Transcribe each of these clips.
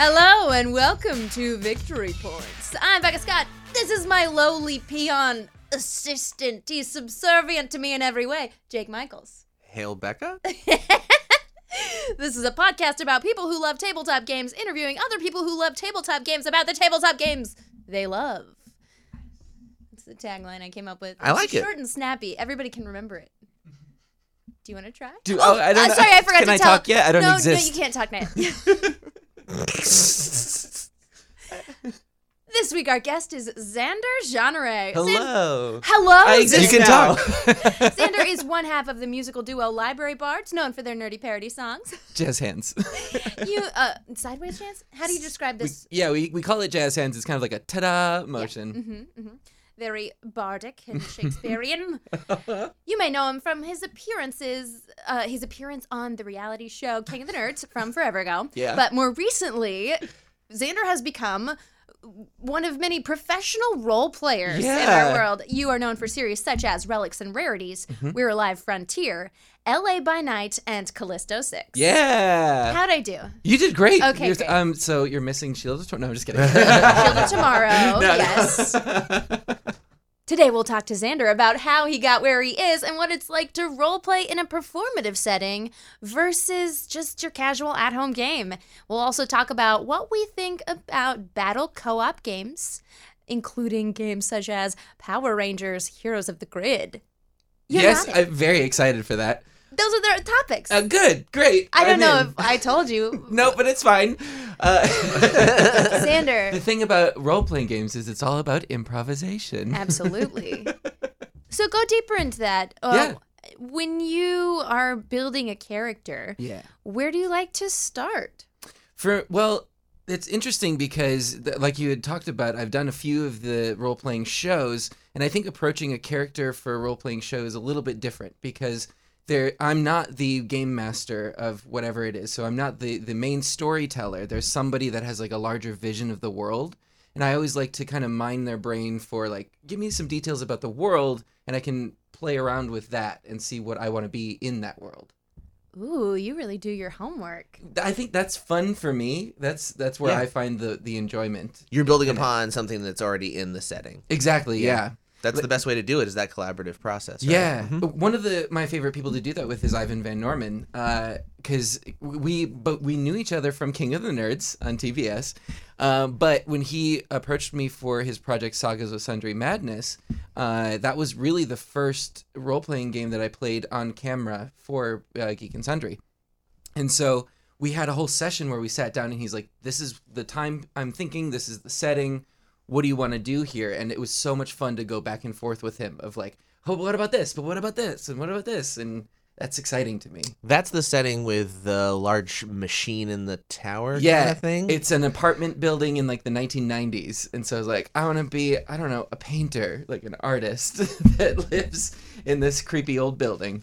Hello and welcome to Victory Points. I'm Becca Scott. This is my lowly peon assistant. He's subservient to me in every way, Jake Michaels. Hail Becca? This is a podcast about people who love tabletop games interviewing other people who love tabletop games about the tabletop games they love. That's the tagline I came up with. I like it's it. Short and snappy. Everybody can remember it. Do you want to try? Do, oh, I Uh, don't know. sorry, I forgot Can to I tell. talk yet? I don't no, exist. No, you can't talk now. this week, our guest is Xander Genre. Xan- Hello. Hello. I Xan- exist You can now. Xander is one half of the musical duo Library Bards, known for their nerdy parody songs. jazz hands. You, uh, sideways chance? How do you describe We, this? yeah, we, we call it jazz hands. It's kind of like a ta-da motion. hmm hmm Very bardic and Shakespearean. you may know him from his appearances, uh, his appearance on the reality show King of the Nerds from forever ago. Yeah. But more recently, Xander has become one of many professional role players in Yeah. Mm-hmm. our world. You are known for series such as Relics and Rarities, We're Alive Frontier, LA by Night, and Callisto 6. Yeah. How'd I do? you did great. mm-hmm. Okay, You're- great. Um, so you're missing Shield of Tor- No, I'm just kidding. Shield of Tomorrow, no. yes. Today we'll talk to Xander about how he got where he is and what it's like to roleplay in a performative setting versus just your casual at-home game. We'll also talk about what we think about battle co-op games, including games such as Power Rangers: Heroes of the Grid. You're yes, nodding. I'm very excited for that. Those are their topics. Uh, good, great. I don't I'm know in. if I told you, No, but it's fine. Uh, Xander. the thing about role playing games is it's all about improvisation. Absolutely. so go deeper into that. Uh, When you are building a character, yeah. where do you like to start? For well, it's interesting because, th- like you had talked about, I've done a few of the role playing shows, and I think approaching a character for a role playing show is a little bit different because there I'm not the game master of whatever it is, so I'm not the the main storyteller. There's somebody that has like a larger vision of the world. And I always like to kind of mine their brain for like, give me some details about the world, and I can play around with that and see what I want to be in that world. Ooh, you really do your homework. I think that's fun for me. That's that's where Yeah. I find the the enjoyment. You're building upon something that's already in the setting. Exactly. Yeah. That's the best way to do it is that collaborative process. right? Mm-hmm. Yeah. One of the my favorite people to do that with is Ivan Van Norman, because we but we knew each other from King of the Nerds on TBS. Um, but when he approached me for his project Sagas of Sundry Madness, uh, that was really the first role playing game that I played on camera for uh, Geek and Sundry. And so we had a whole session where we sat down and he's like, This is the time I'm thinking, this is the setting. What do you want to do here? And it was so much fun to go back and forth with him of like, Oh, but what about this? But what about this? And what about this? And that's exciting to me. That's the setting with the large machine in the tower Yeah. kind of thing. It's an apartment building in like the 1990s. And so I was like, I want to be, I don't know, a painter, like an artist that lives in this creepy old building.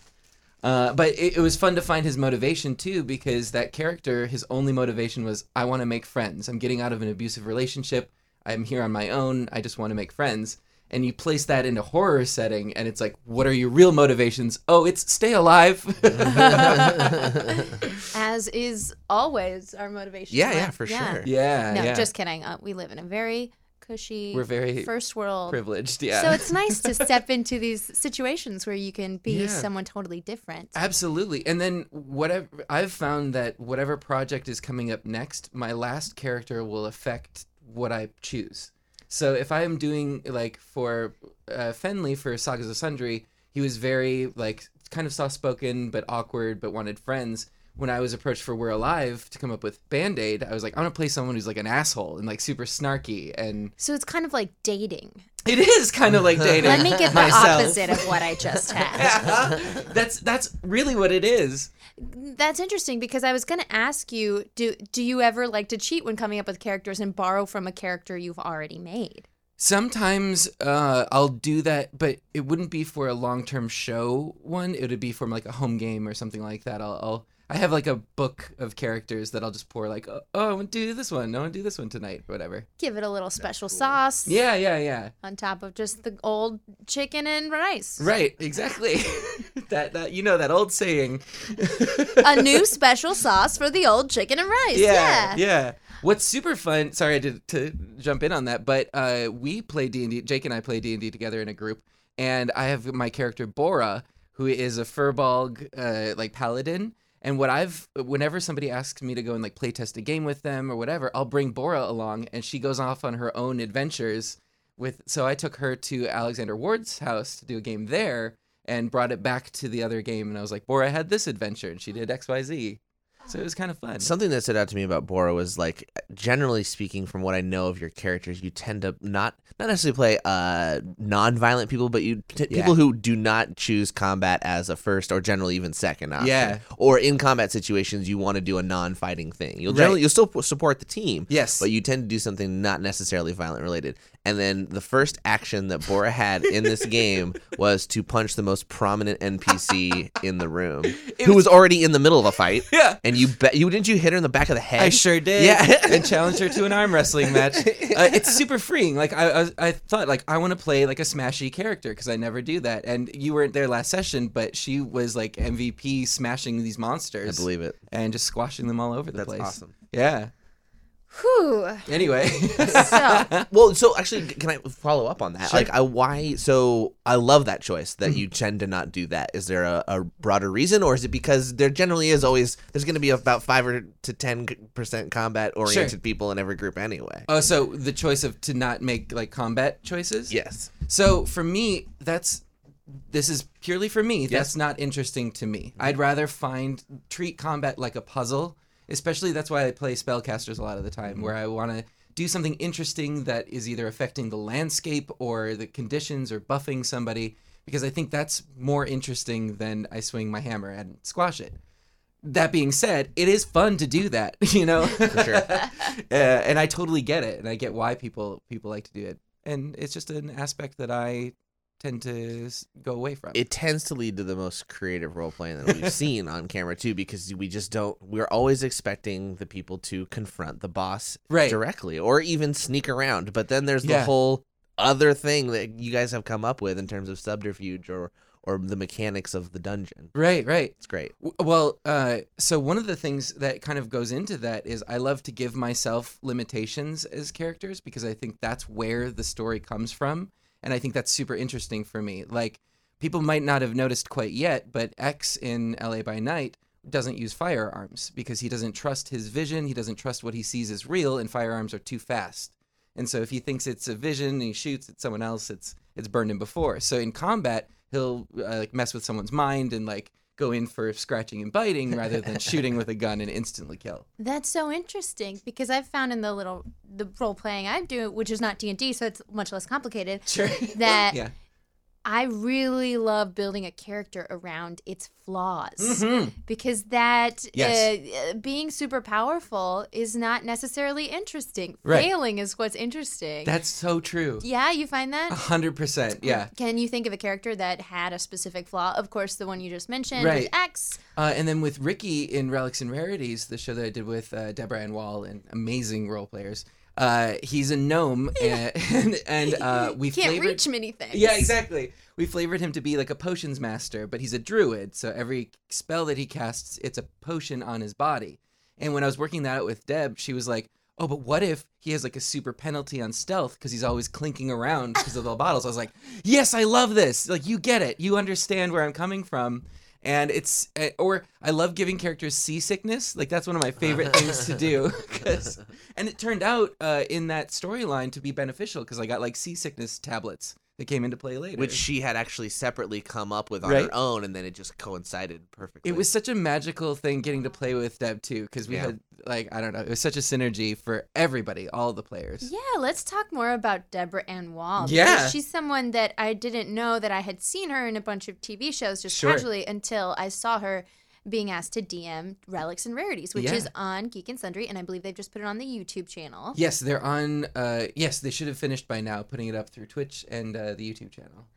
Uh, but it, it was fun to find his motivation too, because that character, his only motivation was, I want to make friends. I'm getting out of an abusive relationship. I'm here on my own. I just want to make friends. And you place that in a horror setting, and it's like, what are your real motivations? Oh, it's stay alive. As is always our motivation. yeah, right? yeah, for sure. yeah. No, yeah. just kidding. Uh, we live in a very cushy, We're very first world. privileged. Yeah. So it's nice to step into these situations where you can be Yeah. someone totally different. Absolutely. And then whatever I've found that whatever project is coming up next, my last character will affect what I choose. So if I am doing like for uh, Fenley for Sagas of Sundry, he was very like kind of soft spoken but awkward but wanted friends. When I was approached for We're Alive to come up with Band Aid, I was like, I want to play someone who's like an asshole and like super snarky. And So it's kind of like dating. it is kind of like dating. Let me get the myself. opposite of what I just had. that's that's really what it is. That's interesting because I was going to ask you do do you ever like to cheat when coming up with characters and borrow from a character you've already made? Sometimes uh, I'll do that, but it wouldn't be for a long-term show one. It would be from like a home game or something like that. I'll, I'll I have like a book of characters that I'll just pour like, oh, oh I want to do this one. I want to do this one tonight, whatever. Give it a little special sauce Yeah, yeah, yeah. on top of just the old chicken and rice. Right, exactly. that that you know that old saying. A new special sauce for the old chicken and rice. Yeah. yeah. What's super fun? Sorry, I did to jump in on that, but uh, we play D and D. Jake and I play D and D together in a group, and I have my character Bora, who is a furbolg uh, like paladin. And what I've whenever somebody asks me to go and like play test a game with them or whatever, I'll bring Bora along, and she goes off on her own adventures. With so I took her to Alexander Ward's house to do a game there, and brought it back to the other game, and I was like, Bora had this adventure, and she did X Y Z. So it was kind of fun. Something that stood out to me about Bora was like, generally speaking, from what I know of your characters, you tend to not not necessarily play uh non-violent people, but you t- Yeah. people who do not choose combat as a first or generally even second option. Yeah. Or in combat situations, you want to do a non-fighting thing. You'll Right. generally you'll still p- support the team, Yes. but you tend to do something not necessarily violent related. And then the first action that Bora had in this game was to punch the most prominent NPC in the room, who was already in the middle of a fight. Yeah. And you bet you didn't you hit her in the back of the head? I sure did. Yeah. and challenged her to an arm wrestling match. Uh, it's super freeing. Like I, I, I thought, like I want to play like a smashy character because I never do that. And you weren't there last session, but she was like MVP smashing these I monsters. believe it. And just squashing them all over the That's place. awesome. Yeah. Whew. Anyway. So Well, so actually, can I follow up on that? Like, I, why? So I love that choice that you Mm-hmm. tend to not do that. Is there a, a broader reason, or is it because there generally is always there's going to be about five or to ten percent combat oriented people in every group anyway? oh, so the choice of to not make like combat choices. yes. So for me, that's this is purely for me. That's Yes. not interesting to me. I'd rather find treat combat like a puzzle. Especially that's why I play spellcasters a lot of the time, where I want to do something interesting that is either affecting the landscape or the conditions or buffing somebody, because I think that's more interesting than I swing my hammer and squash it. That being said, it is fun to do that, you know. For sure. and I totally get it, and I get why people people like to do it, and it's just an aspect that I tend to s- go away from. It tends to lead to the most creative role playing that we've seen on camera too, because we just don't. We're always expecting the people to confront the boss Right. directly, or even sneak around. But then there's Yeah. the whole other thing that you guys have come up with in terms of subterfuge or or the mechanics of the dungeon. right, right. It's great. W- Well, uh, so one of the things that kind of goes into that is I love to give myself limitations as characters because I think that's where the story comes from, and I think that's super interesting for me. Like people might not have noticed quite yet, but X in L.A. by Night doesn't use firearms because he doesn't trust his vision. He doesn't trust what he sees as real, and firearms are too fast. And so if he thinks it's a vision and he shoots at someone else, it's it's burned him before. So in combat, he'll uh, like mess with someone's mind and like go in for scratching and biting rather than shooting with a gun and instantly kill. That's so interesting because I've found in the little the role playing I do, which is not D and D, so it's much less complicated. Sure. That Yeah. I really love building a character around its flaws because that Mm-hmm. Yes. uh, uh, being super powerful is not necessarily interesting. Right. Failing is what's interesting. That's so true. yeah, you find that. A hundred percent. Yeah. Can you think of a character that had a specific flaw? Of course, the one you just mentioned, Right. with X. Uh, and then with Ricky in Relics and Rarities, the show that I did with uh, Deborah and Wall and amazing role players. Uh, he's a gnome, and and uh, we Can't flavored. reach many things. Yeah, exactly. We flavored him to be like a potions master, but he's a druid, so every spell that he casts, it's a potion on his body. And when I was working that out with Deb, she was like, "Oh, but what if he has like a super penalty on stealth because he's always clinking around because of the bottles?" I was like, "Yes, I love this. Like, you get it. You understand where I'm coming from." And it's eh, or I love giving characters seasickness. Like that's one of my favorite things to do. 'cause- and it turned out uh, in that storyline to be beneficial because I got like seasickness tablets that came into play later. Which she had actually separately come up with on Right. her own, and then it just coincided perfectly. it was such a magical thing getting to play with Deb too because we Yeah. had like I don't know it was such a synergy for everybody, all the players. Yeah, let's talk more about Deborah Ann Wall. because Yeah. She's someone that I didn't know that I had seen her in a bunch of TV shows just Sure. casually until I saw her being asked to DM Relics and Rarities, which Yeah. is on Geek and Sundry, and I believe they've just put it on the YouTube channel. Yes, they're on. Uh, yes, they should have finished by now putting it up through Twitch and uh, the YouTube channel.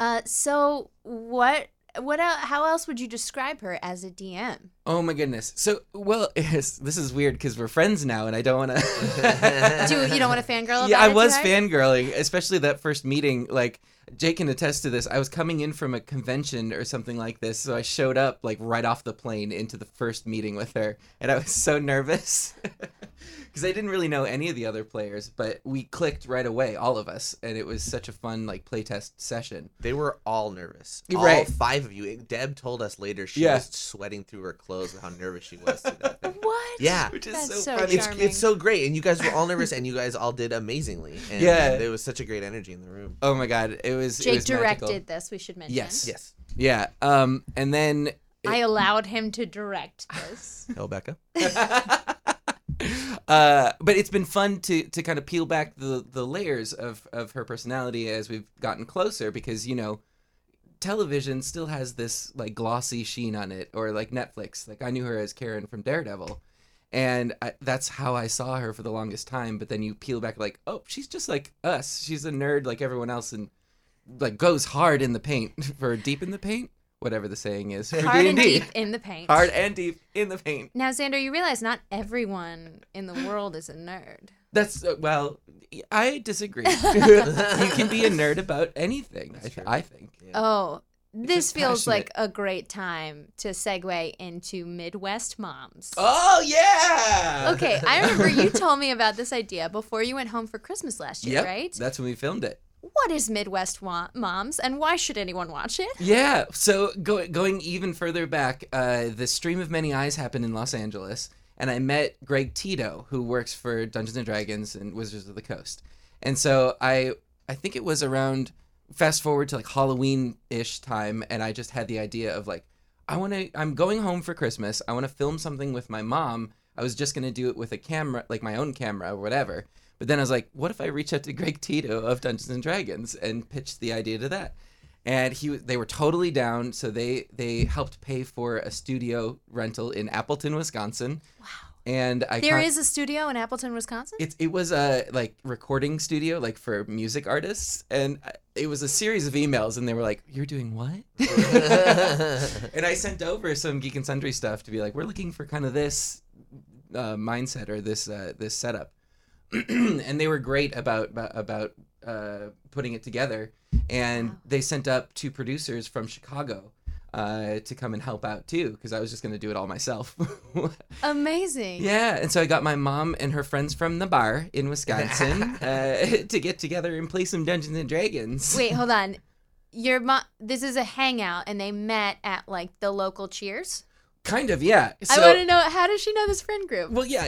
Uh, so what what el- how else would you describe her as a DM? Oh my goodness. So well, it's, this is weird because we're friends now, and I don't want to. Do you don't want to fangirl about yeah, I it too was hard? fangirling, especially that first meeting. Like Jake can attest to this. I was coming in from a convention or something like this, so I showed up like right off the plane into the first meeting with her, and I was so nervous because because I didn't really know any of the other players, but we clicked right away, all of us, and it was such a fun like playtest session. They were all nervous. You're all right. five of you. Deb told us later she Yeah. was sweating through her clothes with how nervous she was. through that thing. What? Yeah. Which is That's so, so funny. It's, Charming. it's so great, and you guys were all nervous, and you guys all did amazingly. And, Yeah. and there was such a great energy in the room. Oh my god, it was it Jake was magical. directed this. We should mention. Yes. Yes. Yeah. Um and then I allowed him to direct this. Hello, Becca. uh, but it's been fun to to kind of peel back the the layers of of her personality as we've gotten closer because you know television still has this like glossy sheen on it or like Netflix like I knew her as Karen from Daredevil and I, that's how I saw her for the longest time but then you peel back like oh she's just like us she's a nerd like everyone else and like goes hard in the paint for deep in the paint whatever the saying is for Hard and D&D. deep in the paint. hard and deep in the paint Now, Xander, you realize not everyone in the world is a nerd. That's uh, well, I disagree. you can be a nerd about anything. I, true. I think. Oh, this just feels like a great time to segue into Midwest moms. Oh yeah. Okay, I remember you told me about this idea before you went home for Christmas last year, Yep, right? That's when we filmed it. What is Midwest wa- moms and why should anyone watch it? Yeah. So go, going even further back, uh, the Stream of Many Eyes happened in Los Angeles, and I met Greg Tito, who works for Dungeons and Dragons and Wizards of the Coast. And so I, I think it was around fast forward to like Halloween ish time, and I just had the idea of like, I want to. I'm going home for Christmas. I want to film something with my mom. I was just gonna do it with a camera, like my own camera or whatever. But then I was like, what if I reach out to Greg Tito of Dungeons and Dragons and pitch the idea to that? and he they were totally down so they they helped pay for a studio rental in appleton wisconsin wow and i There con- is a studio in Appleton, Wisconsin? it, it was a like recording studio like for music artists and I- it was a series of emails and they were like you're doing what and i sent over some geek and sundry stuff to be like we're looking for kind of this uh, mindset or this uh, this setup and they were great about about uh, putting it together and they sent up two producers from chicago uh, to come and help out too because i was just going to do it all myself Amazing. Yeah, and so I got my mom and her friends from the bar in Wisconsin uh, to get together and play some Dungeons and Dragons. Wait, hold on. Your mom. This is a hangout, and they met at like the local Cheers. Kind of, yeah. I So, want to know how does she know this friend group? well, yeah. I,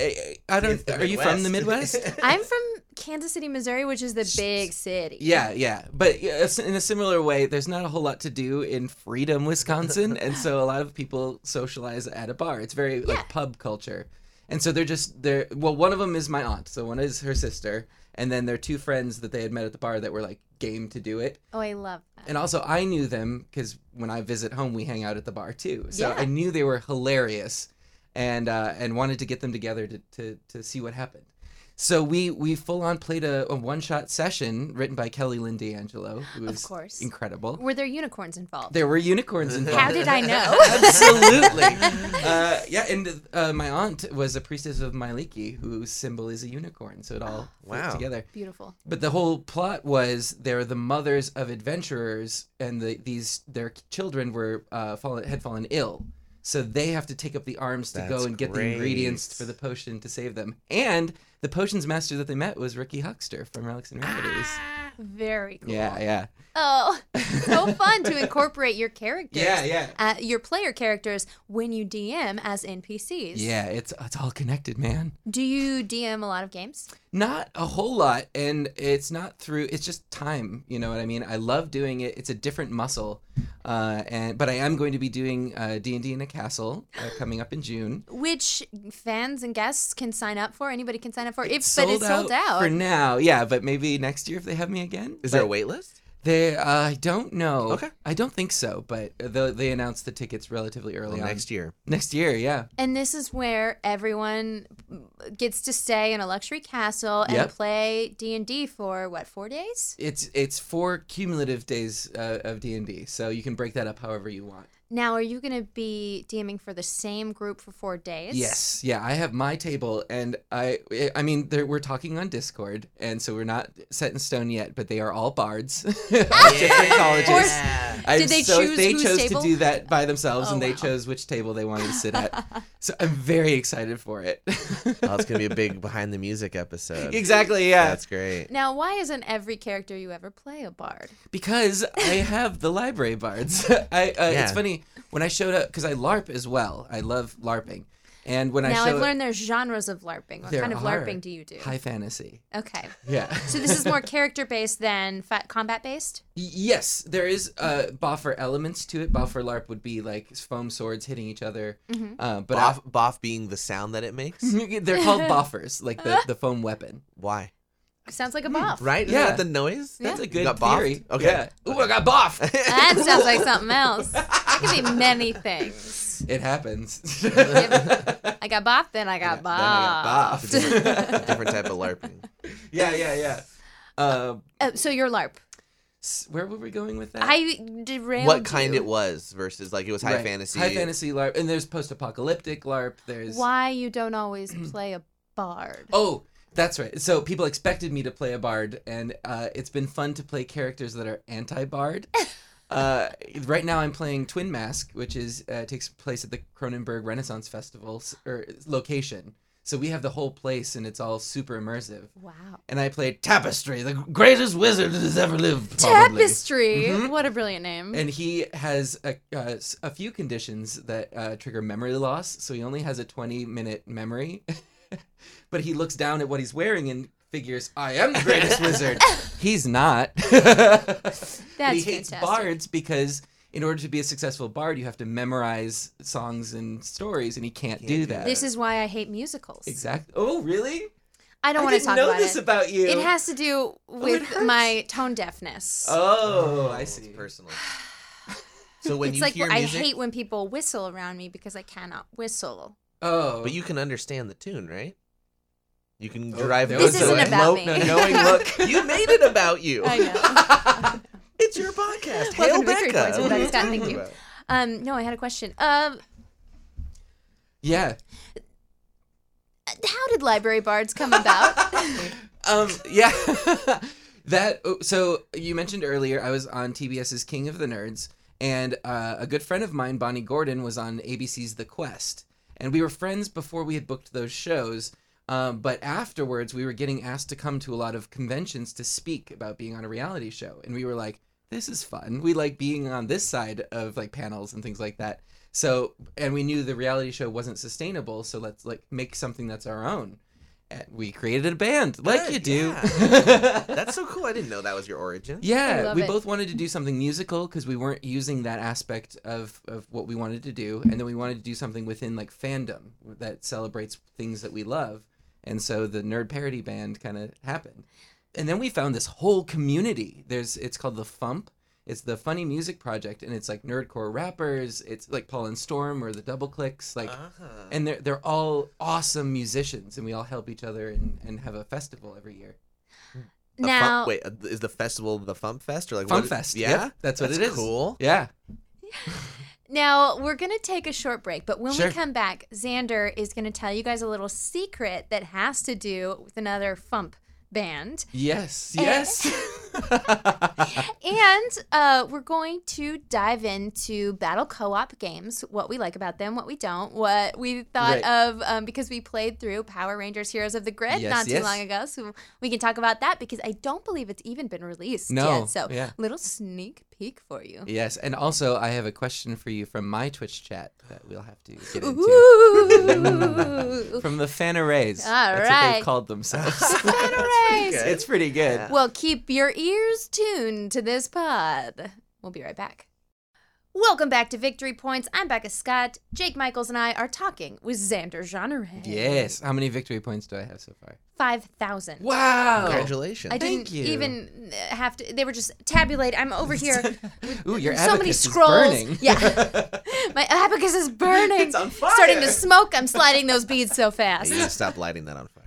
I I don't. It's the Are you from the Midwest. Midwest? I'm from Kansas City, Missouri, which is the big city. yeah, yeah. But yeah, it's- in a similar way, there's not a whole lot to do in Freedom, Wisconsin, and so a lot of people socialize at a bar. It's very like pub culture, and so they're just they're well. One of them is my aunt, so one is her sister, and then their two friends that they had met at the bar that were like game to do it. Oh, I love that. And also, I knew them because when I visit home, we hang out at the bar too. So Yeah. I knew they were hilarious, and uh, and wanted to get them together to, to to see what happened. So we we full on played a, a one shot session written by Kelly Lynn D'Angelo, who was course. incredible. Were there unicorns involved? There were unicorns involved. how did I know? Absolutely. uh, yeah, and uh, my aunt was a priestess of Miliki, whose symbol is a unicorn. So it all fit Wow. together. Beautiful. But the whole plot was they're the mothers of adventurers, and the, these their children were uh, fallen, had fallen ill, so they have to take up the arms to That's go and get the great. ingredients for the potion to save them. And the potions master that they met was Ricky Huckster from Relics and Remedies. Very cool. Yeah, yeah, Oh, so fun to incorporate your characters. yeah, yeah, Uh, your player characters when you DM as NPCs. yeah. It's it's all connected, man. Do you DM a lot of games? Not a whole lot, and it's not through. It's just time. You know what I mean? I love doing it. It's a different muscle, uh, and but I am going to be doing uh, D and D in a castle uh, coming up in June. Which fans and guests can sign up for? Anybody can sign up for. If but it's sold out. for now. Yeah, but maybe next year if they have me again. Is there a But wait list? They, uh, I don't know. Okay. I don't think so, but they they announced the tickets relatively early on. Next year. Next year, yeah. And this is where everyone gets to stay in a luxury castle and Yep. play D and D for what four days? It's it's four cumulative days uh, of D and D, so you can break that up however you want. Now, are you going to be DMing for the same group for four days? Yes, yeah, I have my table, and I, eh, I mean, there, we're talking on Discord, and so we're not set in stone yet, but they are all bards, at different colleges. Or- I'm Did they so, choose They whose chose table? to do that by themselves, and Oh, they wow. chose which table they wanted to sit at. so I'm very excited for it. Oh, it's gonna be a big behind the music episode. exactly, yeah. That's great. Now, why isn't every character you ever play a bard? because I have the library bards. I, uh, It's Yeah. funny when I showed up because I LARP as well. I love LARPing, and when I now, showed I've learned there's genres of LARPing. What There kind of are. LARPing do you do? high fantasy, Okay. yeah. So this is more character based than fa- combat based? Yes, there is uh, boffer elements to it. Boffer LARP would be like foam swords hitting each other, Mhm. uh, but Boff, boff being the sound that it makes. I- they're called boffers, like the, the foam weapon. Why? Sounds Hmm. like a buff. Right? Yeah. Yeah. the noise. That's a You good got boffed? theory. Okay. Yeah. Ooh, I got boffed. That sounds like something else. It could be many things. it happens. I got bopped, then I got Yeah, then I bopped. got boffed. It's a different, a different type of LARPing. yeah, yeah, yeah. Uh, Uh, so you're LARP. s- where were we going with that? I derailed What kind you. it was versus like it was high Right. fantasy. High fantasy LARP, and there's post-apocalyptic LARP. There's Why you don't always play a bard? oh, that's right. So people expected me to play a bard, and uh, it's been fun to play characters that are anti-bard. uh, right now, I'm playing Twin Mask, which is uh, takes place at the Cronenberg Renaissance Festival s- or location. So we have the whole place, and it's all super immersive. Wow. And I played Tapestry, the greatest wizard that has ever lived. probably. Tapestry. What a brilliant name. and he has a, uh, s- a few conditions that uh, trigger memory loss so he only has a 20 minute memory but he looks down at what he's wearing and figures i am the greatest wizard he's not that's That's he hates fantastic. bards because in order to be a successful bard you have to memorize songs and stories and he can't, do do that this is why I hate musicals. uh, exactly oh really I don't want to didn't talk know about this it. about you It has to do it with hurts. my tone deafness. oh i It's see personal. So when it's you like hear I music, hate when people whistle around me because I cannot whistle. oh but you can understand the tune, right? You can Oh, drive. no, This it's a isn't lo- about me. no, knowing look you made it about you. I know. It's your podcast. Welcome Hail to Victory Becca. Points with What are Betty you Scott. Thank talking you. about? um, no, I had a question. Um, yeah how did library bards come about? um yeah that oh, so you mentioned earlier i was on tbs's king of the nerds and uh, a good friend of mine bonnie gordon was on abc's the quest and we were friends before we had booked those shows um, but afterwards we were getting asked to come to a lot of conventions to speak about being on a reality show and we were like this is fun we like being on this side of like panels and things like that so and we knew the reality show wasn't sustainable so let's like make something that's our own and we created a band like Good, you do That's so cool. I didn't know that was your origin. I yeah love we it. both wanted to do something musical because we weren't using that aspect of, of what we wanted to do and then we wanted to do something within like fandom that celebrates things that we love and so the nerd parody band kind of happened and then we found this whole community there's it's called the fump it's the funny music project and it's like nerdcore rappers it's like paul and storm or the double clicks like Uh-huh. and they're, they're all awesome musicians and we all help each other and, and have a festival every year The now, Fump, wait, uh, is the festival the Fump Fest or like Fun what- Fest. Yeah, Yep, that's what it is. Cool. yeah now we're gonna take a short break, but when Sure. we come back, Xander is gonna tell you guys a little secret that has to do with another Fump band, yes Eh. yes and uh, we're going to dive into battle co-op games, what we like about them, what we don't, what we thought Right. of um, because we played through Power Rangers: Heroes of the Grid Yes, not too yes. long ago, so we can talk about that because I don't believe it's even been released No, yet. So, yeah. little sneak peek for you. yes and also i have a question for you from my twitch chat that we'll have to get into Ooh. from the fanarays All that's what right. they've called themselves Hooray. good. it's pretty good Yeah. Well, keep your ears tuned to this pod. We'll be right back. Welcome back to Victory Points. I'm Becca Scott. Jake Michaels and I are talking with Xander Genre. yes how many victory points do i have so far 5,000. wow Congratulations. Oh. I Thank didn't you. even uh, have to. They were just tabulate. I'm over here. with Ooh, your so many abacus is scrolls. burning. Yeah, my abacus is burning. It's on fire. Starting to smoke. I'm sliding those beads so fast. You need to stop lighting that on fire.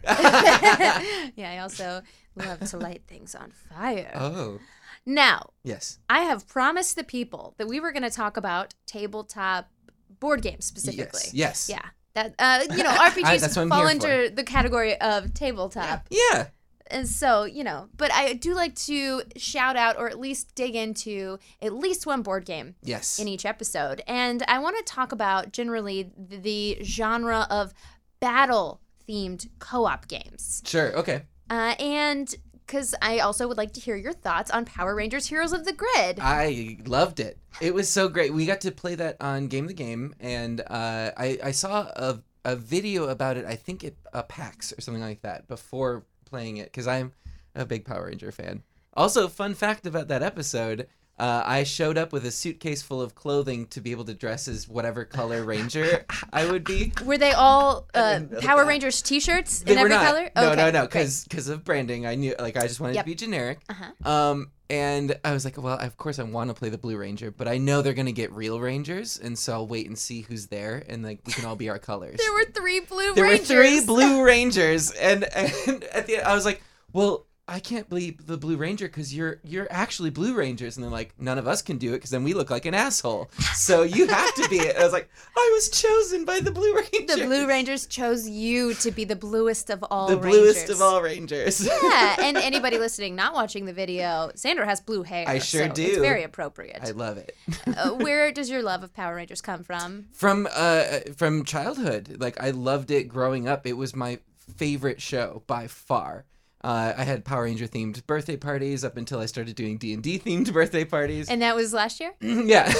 yeah, I also love to light things on fire. oh Now, Yes. I have promised the people that we were going to talk about tabletop board games specifically. Yes. Yes. Yeah. That uh, you know, I- RPGs that's what I'm fall here under the category of tabletop. Yeah. And so, you know, but I do like to shout out or at least dig into at least one board game Yes. in each episode. And I want to talk about generally the genre of battle themed co op games. sure. Okay. Uh, and because I also would like to hear your thoughts on Power Rangers Heroes of the Grid. Uh, I loved it. It was so great. We got to play that on Game the Game, and uh, I, I saw a, a video about it. I think it uh, PAX or something like that before playing it because I'm a big Power Ranger fan. Also, fun fact about that episode. Uh, I showed up with a suitcase full of clothing to be able to dress as whatever color ranger I would be. Were they all uh, didn't know Power that. Rangers t shirts They in were every not. color? No, Okay, no, no, great. because of branding, I knew like I just wanted Yep. to be generic. Uh-huh. Um, and I was like, well, of course I want to play the Blue Ranger, but I know they're gonna get real Rangers, and so I'll wait and see who's there, and like we can all be our colors. There were three blue There were rangers. three Blue Rangers, and and at the end, I was like, well. I can't believe the Blue Ranger because you're you're actually Blue Rangers, and they're like none of us can do it because then we look like an asshole. So you have to be it. And I was like, I was chosen by the Blue Ranger. The Blue Rangers chose you to be the bluest of all the Rangers. bluest of all Rangers. Yeah, and anybody listening not watching the video, Sandra has blue hair. I sure so It's do. very appropriate. I love it. uh, where does your love of Power Rangers come from? from uh from childhood like i loved it growing up it was my favorite show by far uh, i had power ranger themed birthday parties up until i started doing d&d themed birthday parties And that was last year? yeah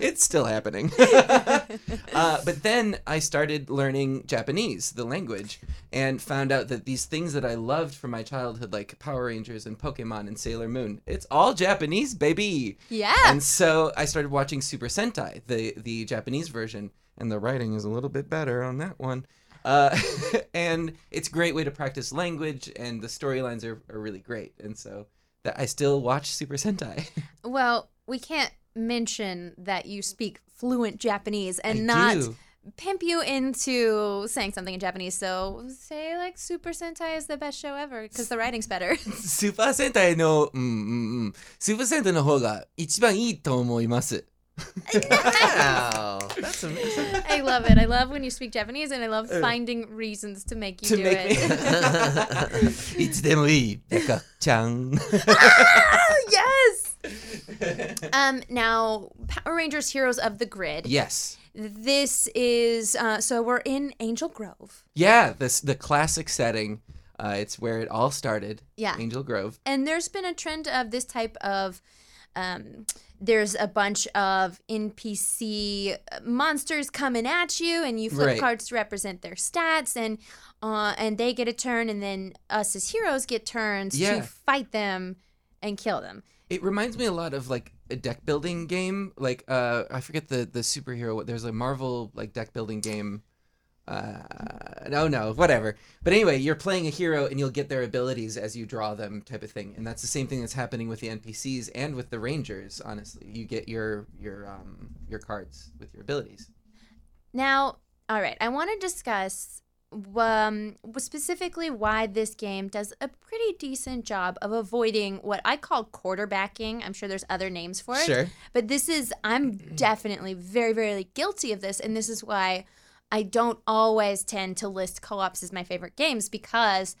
it's still happening uh, but then i started learning japanese the language and found out that these things that i loved from my childhood like power rangers and pokemon and sailor moon it's all japanese baby Yeah. and so I started watching Super Sentai, the the Japanese version, and the writing is a little bit better on that one. Uh, and it's a great way to practice language, and the storylines are, are really great. And so that I still watch Super Sentai. well, we can't mention that you speak fluent Japanese and not I do. pimp you into saying something in Japanese. So say like Super Sentai is the best show ever because the writing's better. スーパー戦隊の、うんうんうん、スーパー戦隊の方が一番いいと思います。 Wow. That's amazing. I love it. I love when you speak Japanese and I love finding reasons to make you to do make it. me いつでもいい、ベカちゃん。 yes. Oh, um now Power Rangers Heroes of the Grid. yes. This is uh so we're in Angel Grove. Yeah, this the classic setting. Uh, it's where it all started. Yeah. Angel Grove. And there's been a trend of this type of um there's a bunch of NPC monsters coming at you and you flip Right. cards to represent their stats and uh and they get a turn and then us as heroes get turns Yeah. to fight them and kill them. It reminds me a lot of like a deck building game. Like uh, I forget the the superhero. There's a Marvel like deck building game. Uh, no, no, whatever. But anyway, you're playing a hero and you'll get their abilities as you draw them, type of thing. And that's the same thing that's happening with the NPCs and with the Rangers. Honestly, you get your your um your cards with your abilities. Now, all right, I want to discuss um, specifically why this game does a pretty decent job of avoiding what I call quarterbacking. I'm sure there's other names for it. But this is, I'm definitely very, very guilty of this. And this is why I don't always tend to list co ops as my favorite games because.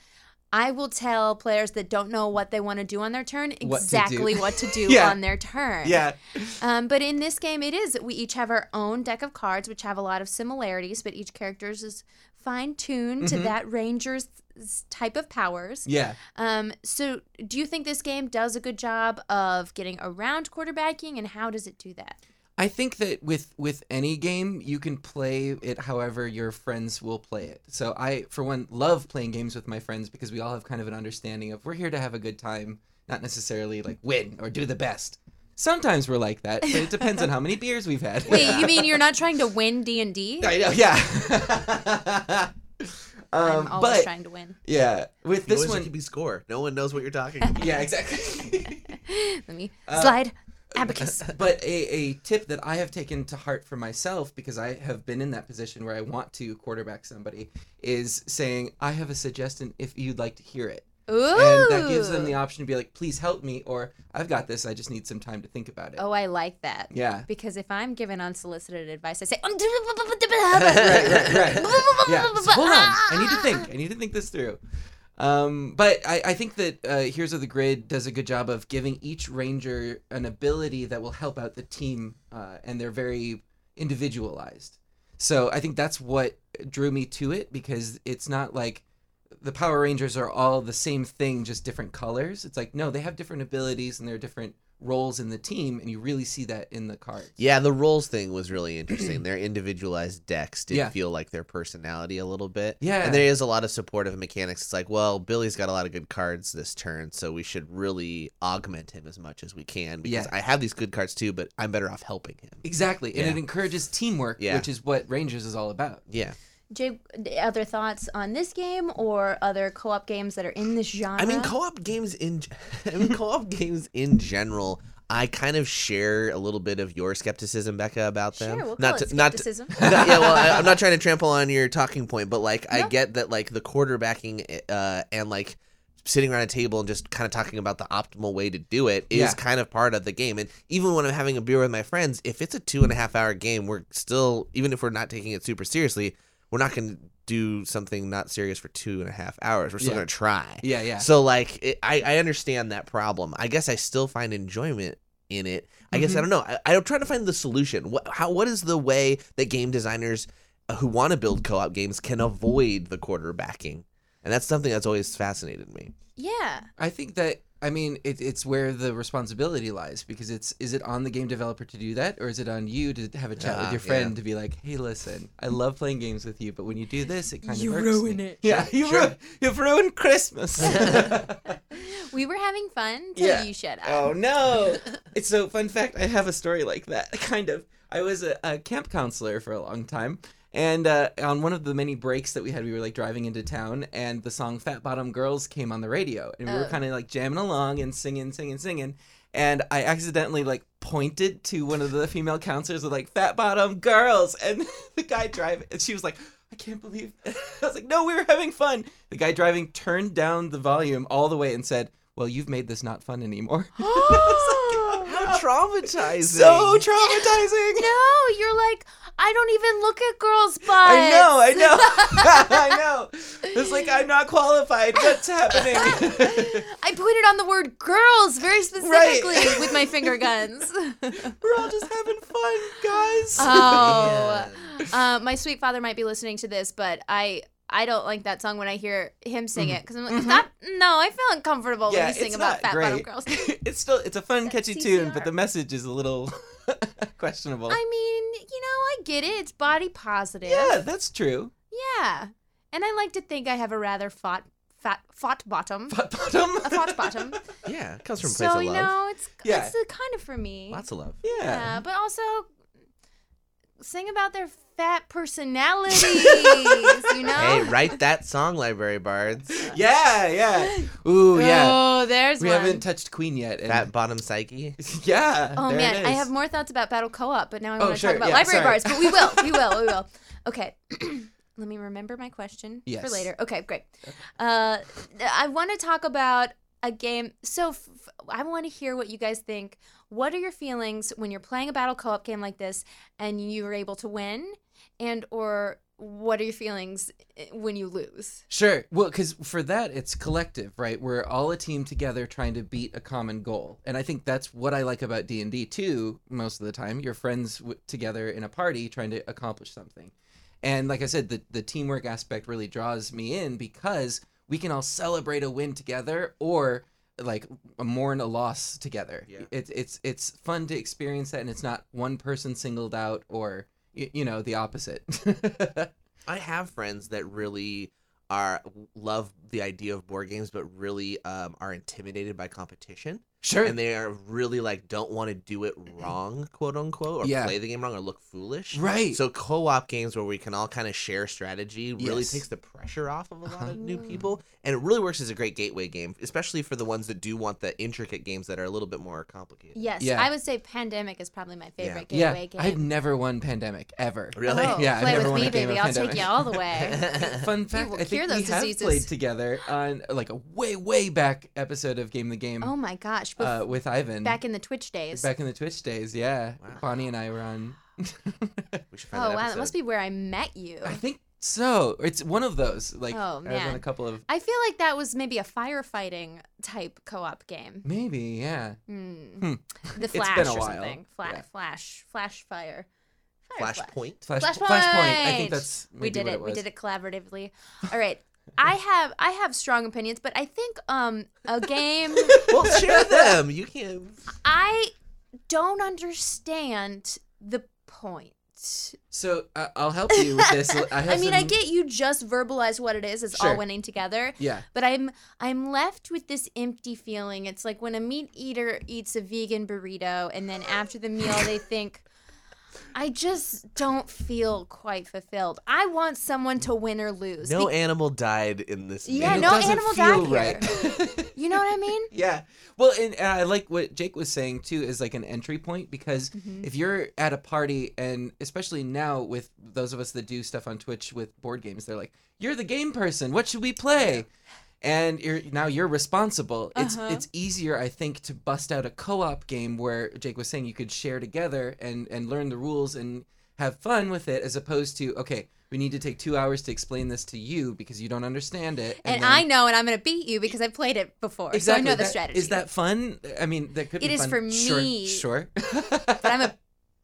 I will tell players that don't know what they want to do on their turn do. exactly what to do, Yeah. on their turn. Yeah. Um, but in this game, it is. We each have our own deck of cards, which have a lot of similarities, but each character's is fine tuned Mm-hmm. to that ranger's s- type of powers. Yeah. Um, so, do you think this game does a good job of getting around quarterbacking, and how does it do that? I think that with with any game, you can play it however your friends will play it. So I, for one, love playing games with my friends because we all have kind of an understanding of we're here to have a good time, not necessarily like win or do the best. Sometimes we're like that, but it depends on how many beers we've had. Wait, you mean you're not trying to win D and D? I know, yeah. I'm um, always but trying to win. yeah, with This this one, keep you score. No one knows what you're talking about. yeah, exactly. Let me Uh, slide abacus. but a, a tip that I have taken to heart for myself because I have been in that position where I want to quarterback somebody is saying, I have a suggestion if you'd like to hear it. and that gives Ooh. them the option to be like, "Please help me," or "I've got this. I just need some time to think about it." Oh, I like that. Yeah. Because if I'm given unsolicited advice, I say, right, right, right. yeah. So hold on. I need to Ah. think. I need to think this through. Um, but I, I think that uh, Heroes of the Grid does a good job of giving each ranger an ability that will help out the team, uh, and they're very individualized. So I think that's what drew me to it because it's not like the Power Rangers are all the same thing, just different colors. It's like no, they have different abilities and there are different roles in the team, and you really see that in the cards. Yeah, the roles thing was really interesting. Their individualized decks did Yeah. feel like their personality a little bit. Yeah. And there is a lot of supportive mechanics. It's like, well, Billy's got a lot of good cards this turn, so we should really augment him as much as we can because Yeah. I have these good cards too, but I'm better off helping him. Exactly, and Yeah. it encourages teamwork, Yeah. which is what Rangers is all about. Yeah. Jay, other thoughts on this game or other co-op games that are in this genre? I mean, co-op games in I mean, co-op games in general, I kind of share a little bit of your skepticism, Becca, about them. Sure, we'll not call it to, not to, skepticism. No, yeah, well, I, I'm not trying to trample on your talking point, but like I No. get that like the quarterbacking uh, and like sitting around a table and just kind of talking about the optimal way to do it is Yeah. kind of part of the game. And even when I'm having a beer with my friends, if it's a two and a half hour game, we're still even if we're not taking it super seriously, we're not going to do something not serious for two and a half hours. We're still Yeah. going to try. Yeah, yeah. So like it, I I understand that problem. I guess I still find enjoyment in it. I guess I Mhm. don't know. I, I'm trying to find the solution. What how what is the way that game designers uh, who want to build co-op games can avoid the quarterbacking? And that's something that's always fascinated me. yeah. I think that I mean it, it's where the responsibility lies because it's is it on the game developer to do that or is it on you to have a chat Ah, with your friend yeah. to be like, hey, listen, I love playing games with you, but when you do this, it kind of You irks ruin me." it. Yeah, you sure. ru- you've ruined Christmas. We were having fun till Yeah. you shut up. Oh no! it's so fun fact. I have a story like that. Kind of. I was a, a camp counselor for a long time, and uh, on one of the many breaks that we had, we were like driving into town, and the song "Fat Bottom Girls" came on the radio, and we were Oh. kind of like jamming along and singing, singing, singing. And I accidentally like pointed to one of the female counselors with like "Fat Bottom Girls," and the guy driving, and she was like. I can't believe I was like, no, we were having fun. The guy driving turned down the volume all the way and said, Well, you've made this not fun anymore. How traumatizing. Oh, so traumatizing. no, you're like, I don't even look at girls' butts. I know, I know, I know. It's like I'm not qualified. What's happening? I pointed on the word girls very specifically with my finger guns. We're all just having fun, guys. oh. Uh, my sweet father might be listening to this, but I I don't like that song when I hear him sing it because I'm like, Mm-hmm. stop. No, I feel uncomfortable when you sing about fat bottom girls. it's still it's a fun, catchy tune, but the message is a little questionable. I mean, you know, I get it. It's body positive. yeah, that's true. Yeah. And I like to think I have a rather fat fat fat bottom. But bottom. A fat bottom. Yeah, it comes from a place so of you love. know, it's Yeah. it's uh, kind of for me. Lots of love. yeah. Yeah, but also sing about their fat personalities. you know. Hey, write that song, library bards. Yeah, yeah. Ooh, yeah. Oh, there's we one. haven't touched Queen yet. and- Fat bottom psyche. yeah. Oh there it man, I is. have more thoughts about Battle Co-op, but now I Oh, want to sure, talk about yeah, library sorry. bars. But we will, we will, we will. Okay, let me remember my question for Yes. later. Okay, great. Uh, I want to talk about a game. So f- f- I want to hear what you guys think. What are your feelings when you're playing a Battle Co-op game like this and you're able to win, and or what are your feelings eh, when you lose? Sure. Well, because for that, it's collective, right? We're all a team together trying to beat a common goal, and I think that's what I like about D and D too. Most of the time, you're friends w- together in a party trying to accomplish something, and like I said, the the teamwork aspect really draws me in because we can all celebrate a win together or like mourn a loss together. Yeah. It's it's it's fun to experience that, and it's not one person singled out or y- you know the opposite. I have friends that really are love the idea of board games, but really um, are intimidated by competition. Sure. and they are really like don't want to do it wrong, quote unquote, or Yeah. play the game wrong or look foolish. right. So co-op games where we can all kind of share strategy really Yes. takes the pressure off of a lot Uh-huh. of new Mm. people, and it really works as a great gateway game, especially for the ones that do want the intricate games that are a little bit more complicated. Yes, Yeah. I would say Pandemic is probably my favorite yeah, gateway I've game. never won pandemic ever. Really? Oh, Yeah, I play never with won a me, game baby. of I'll take Pandemic. you all the way. Fun fact: will I cure think we those have diseases. played together on like a way, way back episode of Game the Game oh my gosh! But Um, uh, with Ivan back in the Twitch days. back in the Twitch days. Yeah, Wow. Bonnie and I were on. we should find oh that wow, that episode. must be where I met you. I think so. It's one of those. Like Oh, I was on man. a couple of I feel like that was maybe a firefighting type co-op game. maybe. Yeah, Hmm. Hmm. The been Flash a or while. something. Flash, Yeah. Flash, Flash Fire. Fire Flashpoint. Flash, Flashpoint. Flashpoint. I think that's maybe we did what it. it. we did it collaboratively. All right. I have I have strong opinions, but I think um a game well, share them. You can. I don't understand the point. So uh, I'll help you with this. I, I, have mean, I some- get you just verbalize what it is. It's all Sure. winning together. Yeah. But I'm I'm left with this empty feeling. It's like when a meat eater eats a vegan burrito and then after the meal they think I just don't feel quite fulfilled. I want someone to win or lose. No Be- animal died in this. Yeah, game. no doesn't animal feel died right. you know what I mean? yeah. Well, and, and I like what Jake was saying too is like an entry point because Mm-hmm. if you're at a party and especially now with those of us that do stuff on Twitch with board games, they're like, "You're the game person. What should we play?" And you're now you're responsible. It's Uh-huh. it's easier, I think, to bust out a co-op game where Jake was saying you could share together and and learn the rules and have fun with it as opposed to okay, we need to take two hours to explain this to you because you don't understand it. And, then- I know, and I'm gonna beat you because I played it before, so I know the that- strategy. Is that fun? I mean, that could It be is fun. for me. Sure. But sure. I'm a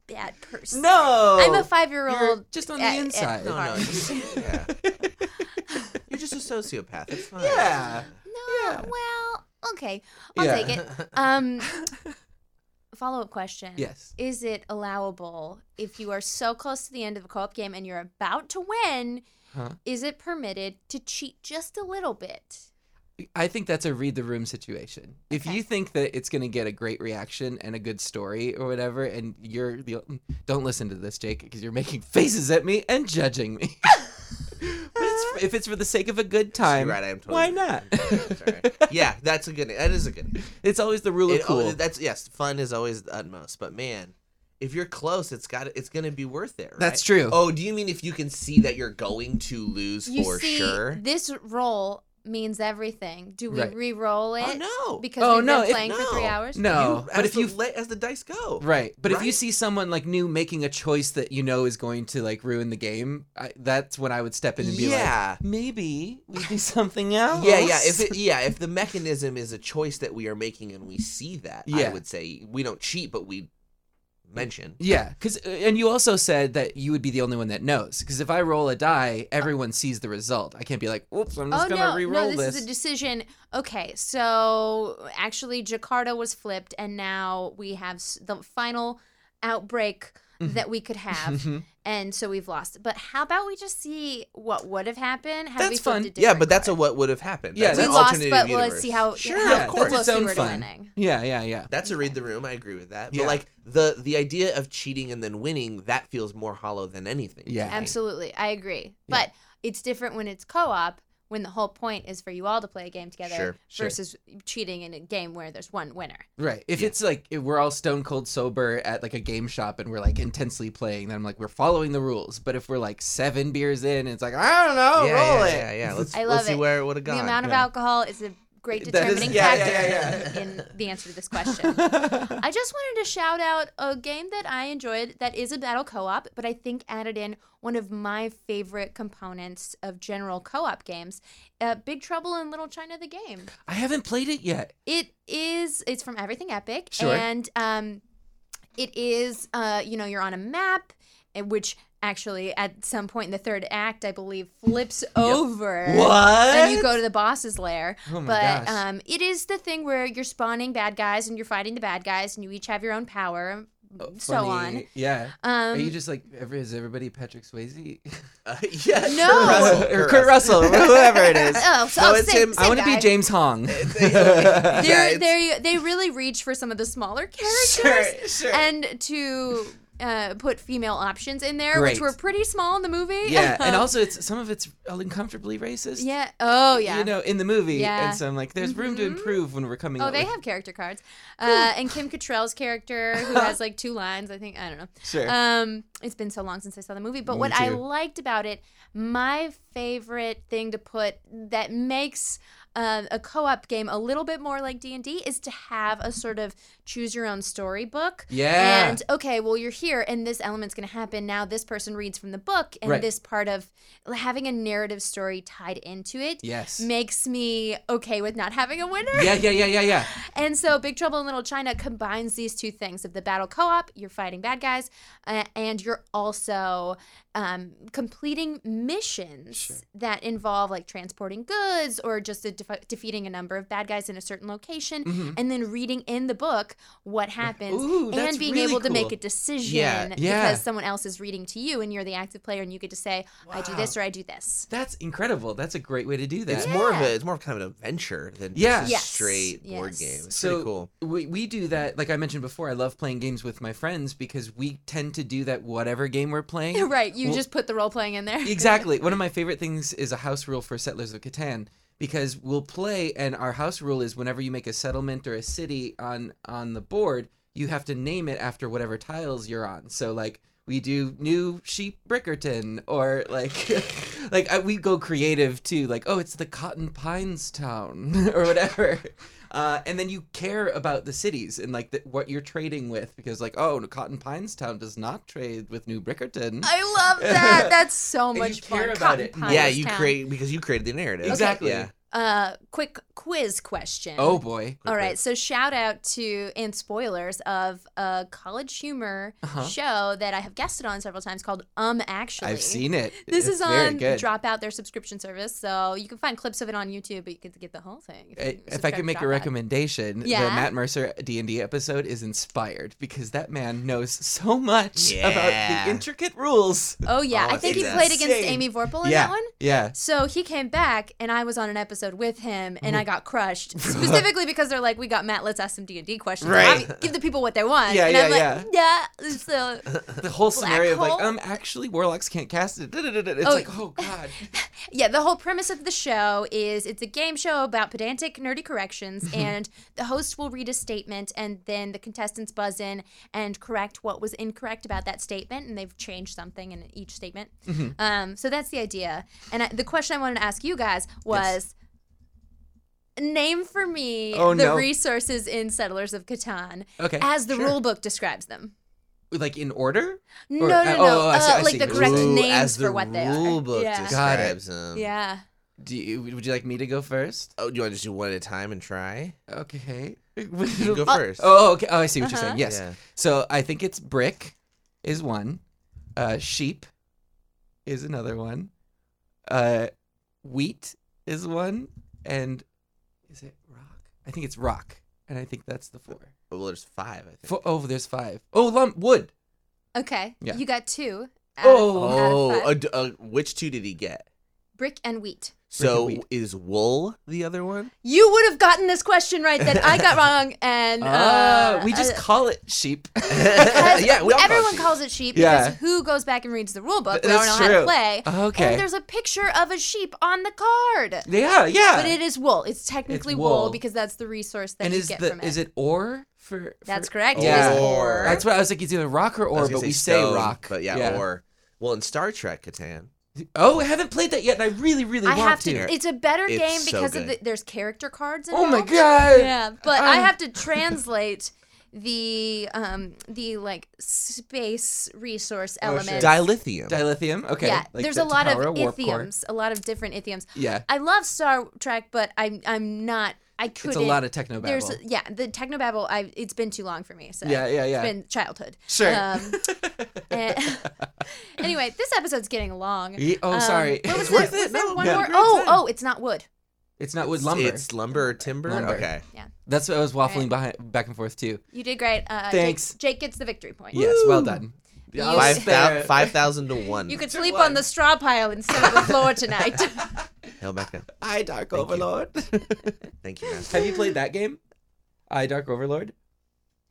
bad person. no. I'm a five year You're old. just on the inside. no, No, no. you- yeah. You're just a sociopath. It's fine. Yeah. Yeah. well, okay, I'll Yeah. take it. Um, follow up question. Yes. Is it allowable if you are so close to the end of a co op game and you're about to win? Huh? Is it permitted to cheat just a little bit? I think that's a read the room situation. If Okay. you think that it's going to get a great reaction and a good story or whatever, and you're the don't listen to this, Jake, because you're making faces at me and judging me. But it's, if it's for the sake of a good time, You're right. I am totally. why not? Sorry. Yeah, that's a good. That is a good. it's always the rule of It, cool. oh, that's yes. Fun is always the utmost, but man, if you're close, it's got. It's gonna be worth it. Right? That's true. Oh, do you mean if you can see that you're going to lose You for see, sure? this roll means everything. Do we Right. re-roll it? Oh no. Because Oh, we've no, been it- playing for three no. hours. no, You- Oh, but as if the you let as the dice go, Right. But if you Right. see someone like new making a choice that you know is going to like ruin the game, I, that's when I would step in and be Yeah. like, maybe we do something else. Yeah, yeah. If Uh-huh. it, yeah, if the mechanism is a choice that we are making and we see that, I Yeah. would say we don't cheat, but we mention. yeah, cuz and you also said that you would be the only one that knows cuz if I roll a die, everyone sees the result. I can't be like, "Oops, I'm just oh going to no, re-roll no, this, is a decision. Okay, so actually, Jakarta was flipped, and now we have s- the final outbreak Mm-hmm. that we could have, Mhm. and so we've lost. But how about we just see what would have happened? Had That's we flipped fun. a Yeah, different but that's a card? what would have happened. Yeah, That's we an that's- lost, alternative but universe. let's see how Sure, how yeah, of close course. that's its we own were to fun. winning. Yeah, yeah, yeah. That's a read the room. I agree with that. But Yeah. like the the idea of cheating and then winning, that feels more hollow than anything. Yeah. Absolutely, I agree. Yeah. But it's different when it's co-op, when the whole point is for you all to play a game together, Sure, sure. versus cheating in a game where there's one winner. Right. If Yeah. it's like if we're all stone cold sober at like a game shop and we're like intensely playing, then I'm like, we're following the rules. But if we're like seven beers in, it's like, I don't know, yeah, Oh, roll yeah, it. Yeah, yeah. Let's, I let's love see it. where it would have The gone. amount of yeah. alcohol is a great That is- determining yeah, factor yeah, yeah. in the answer to this question. I just wanted to shout out a game that I enjoyed that is a battle co-op, but I think added in one of my favorite components of general co-op games, uh, Big Trouble in Little China: The Game. I haven't played it yet. It is. It's from Everything Epic, Sure. and um, it is. Uh, you know, you're on a map, eh, which actually at some point in the third act, I believe, flips over. And you go to the boss's lair. Oh my but gosh. um, it is the thing where you're spawning bad guys and you're fighting the bad guys, and you each have your own power. so on. Funny. Yeah. Um, Are you just like every, is everybody Patrick Swayze? Uh, yeah, Kurt No. Russell, Or Kurt Russell, whoever it is. oh, so, No, oh, it's same, him. same I want to be guy. James Hong. Yeah, They're, it's- they're- they really reach for some of the smaller characters Sure, sure. and to uh, put female options in there, which Great. were pretty small in the movie. yeah, and also it's some of it's uncomfortably racist. yeah. Oh, yeah. You know, in the movie, Yeah. and so I'm like, there's room to improve when we're coming. Oh, up they with- have character cards. Uh, and Kim Cattrall's character, who has like two lines, I think. I don't know. Sure. Um, it's been so long since I saw the movie, but Me what I too. liked about it, my favorite thing to put that makes uh, a co-op game a little bit more like D and D is to have a sort of choose your own story book. Yeah. And okay, well you're here, and this element's going to happen. Now this person reads from the book, and Right. this part of having a narrative story tied into it yes. makes me okay with not having a winner. yeah, yeah, yeah, yeah, yeah. And so Big Trouble in Little China combines these two things of the battle co op, you're fighting bad guys, uh, and you're also um, completing missions Sure. that involve like transporting goods or just a defe- defeating a number of bad guys in a certain location, Mhm. and then reading in the book what happens. Ooh, that's and being really able to make cool. a decision Yeah, yeah. because someone else is reading to you and you're the active player and you get to say, I do Wow. this or I do this. That's incredible. That's a great way to do that. It's more of Yeah. a it's more of kind of an adventure than Yeah. just a Yes, straight board yes. game. It's so pretty cool. we, we do that like i mentioned before i love playing games with my friends because we tend to do that whatever game we're playing right. You Well- just put the role playing in there. exactly one of my favorite things is a house rule for settlers of catan because we'll play and our house rule is whenever you make a settlement or a city on on the board you have to name it after whatever tiles you're on so like we do new sheep brickerton or like like I, we go creative too like oh it's the cotton pines town or whatever uh, and then you care about the cities and like the, what you're trading with because like oh cotton pines town does not trade with new brickerton I love that. That's so And you much fun. care about Cotton it. Pie yeah, is you town. create because you created the narrative. Exactly. Yeah. Uh, quick quiz question. Oh boy. All right, so shout out to and spoilers of a college humor Uh-huh. show that I have guested on several times called Um Actually. I've seen it. This It's is very on good. Dropout, their subscription service, so you can find clips of it on YouTube, but you can get the whole thing. Uh, you If I subscribe to could make a Dropout. recommendation, the Yeah? Matt Mercer D and D episode is inspired because that man knows so much about Yeah. the intricate rules. Oh yeah, Oh, I think he it's played against insane. Amy Vorpal in Yeah. that one. Yeah. So he came back, and I was on an episode with him, and I got crushed specifically because they're like, "We got Matt. Let's ask some D and D questions. Right. Obvi- Give the people what they want." Yeah, and yeah, I'm like, yeah. So The whole scenario of like, hole? um, actually warlocks can't cast it. da-da-da-da. It's Oh. like, oh god. yeah, the whole premise of the show is it's a game show about pedantic, nerdy corrections, Mm-hmm. and the host will read a statement, and then the contestants buzz in and correct what was incorrect about that statement, and they've changed something in each statement. Mm-hmm. Um, so that's the idea. And I, the question I wanted to ask you guys was. Name for me Oh, the no. resources in Settlers of Catan Okay, as the sure. rule book describes them. Like in order? no, no, uh, no. oh, oh, I see- uh, I like see. the correct Ooh, names for what they rule are. book yeah. Got it. describes them. yeah. Do you, would you like me to go first? Oh, do you want to just do one at a time and try? Okay. You go first. Oh, okay. Oh, I see what you're saying. Uh-huh. Yes. Yeah. So I think it's brick is one. Uh, sheep is another one. Uh, wheat is one. And is it rock? I think it's rock. And I think that's the four. Oh, Well, there's five. I think. Fo- oh, there's five. Oh, lump wood. Okay. Yeah. You got two. out Oh. of- out of Oh, five. uh, d- uh, which two did he get? brick and wheat. So wheat. is wool the other one? You would have gotten this question right that I got wrong, and uh, Ah, we just uh, call it sheep. yeah, we all everyone call calls it sheep Yeah. because who goes back and reads the rule book? Th- We don't know that's how to true. play. Okay. And there's a picture of a sheep on the card. yeah, yeah. But it is wool. It's technically wool. wool. because that's the resource that and you is get the from it. is it ore for? That's for- correct. Yeah. It is Or. or. That's what I was like. It's either rock or I ore, was but gonna we stone, say rock. But yeah, or well, in Star Trek, Catan. Oh, I haven't played that yet, and I really, really I want have to. It's a better It's game so because of the, good. there's character cards. Oh my involved. god! yeah but i Um, have to translate the um the like space resource sure. element Dilithium. Dilithium. Oh, Okay. yeah like there's the a lot of Takara warp core. ithioms a lot of different ithioms Yeah, i love star trek but i'm i'm not i couldn't it's a lot of techno there's babble. yeah the technobabble i it's been too long for me so Yeah, yeah, yeah. it's been childhood Sure. um, and- anyway this episode's getting long Ye- oh, Um, sorry. what was It's it? worth Was it. there No, one no, more? great Oh, time. oh, it's not wood. It's not wood lumber. It's lumber or timber. Lumber. Okay. Yeah. That's what I was waffling behind, back and forth too. You did great. Uh, Thanks. Jake, Jake gets the victory point. Yes, well done. You- I'll Five spare- thou- five thousand to one. You could Two, sleep one. on the straw pile instead of the floor tonight. Hail Mecca. I Dark Overlord. Thank you, Master. Have you played that game? I Dark Overlord.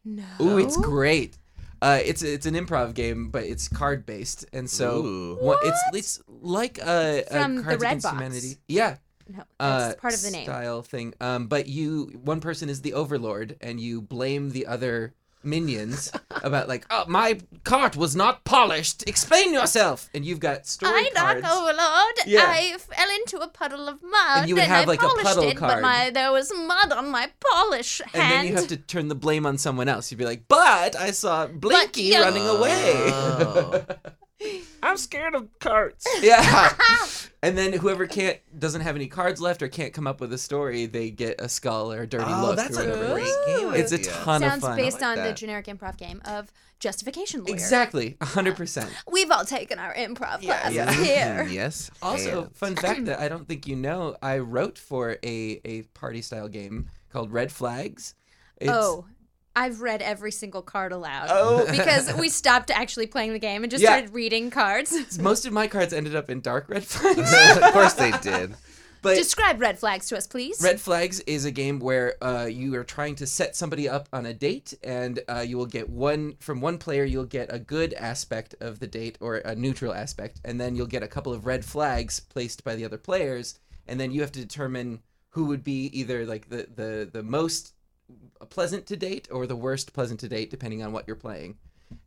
no. Ooh, it's great. Uh, it's it's an improv game, but it's card based, and so Ooh. wha- it's it's like a, a From the Cards Red Against Box. Humanity. Yeah, No, uh, that's part of the name. style thing. Um, but you one person is the overlord, and you blame the other minions about like, oh, my cart was not polished. Explain yourself, and you've got story I cards. knocked overlord. Yeah. I fell into a puddle of mud, And you would have, I like, a polished puddle it, card. but my there was mud on my polish and hand. then you have to turn the blame on someone else. You'd be like, "But I saw Blinky yeah. running away." Oh. I'm scared of carts. yeah. And then whoever can't doesn't have any cards left or can't come up with a story, they get a skull or a dirty Oh, look. that's or a whatever. great Ooh. game. It's a idea. ton Sounds of fun. based like on the that. generic improv game of justification lawyer. Exactly, hundred percent. We've all taken our improv classes yeah. here. Yes. Also, and- fun fact that I don't think you know, I wrote for a, a party style game called Red Flags. It's, Oh, I've read every single card aloud. Oh. Because we stopped actually playing the game and just Yeah. started reading cards. most of my cards ended up in dark red flags. of course they did. but Describe red flags to us, please. Red Flags is a game where uh, you are trying to set somebody up on a date, and uh, you will get one from one player. You'll get a good aspect of the date or a neutral aspect, and then you'll get a couple of red flags placed by the other players, and then you have to determine who would be either like the the the most pleasant to date or the worst pleasant to date, depending on what you're playing.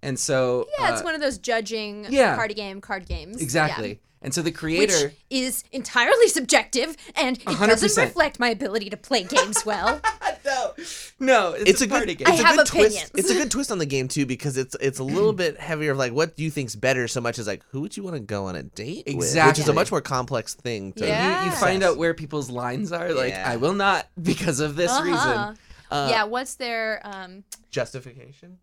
And so yeah, it's uh, one of those judging yeah. party game card games. Yeah. exactly. And so the creator. Which is entirely subjective and it doesn't 100%. reflect my ability to play games well. no, no, it's, It's a, a good- party game. I It's a have good opinions. twist. It's a good twist on the game too because it's it's a little bit heavier of like what do you think's better so much as like who would you want to go on a date with? Which is Exactly. a much more complex thing. To Yeah. you, you find out where people's lines are. Like, Yeah. I will not because of this Uh-huh. reason. Uh, yeah, what's their um, Justification.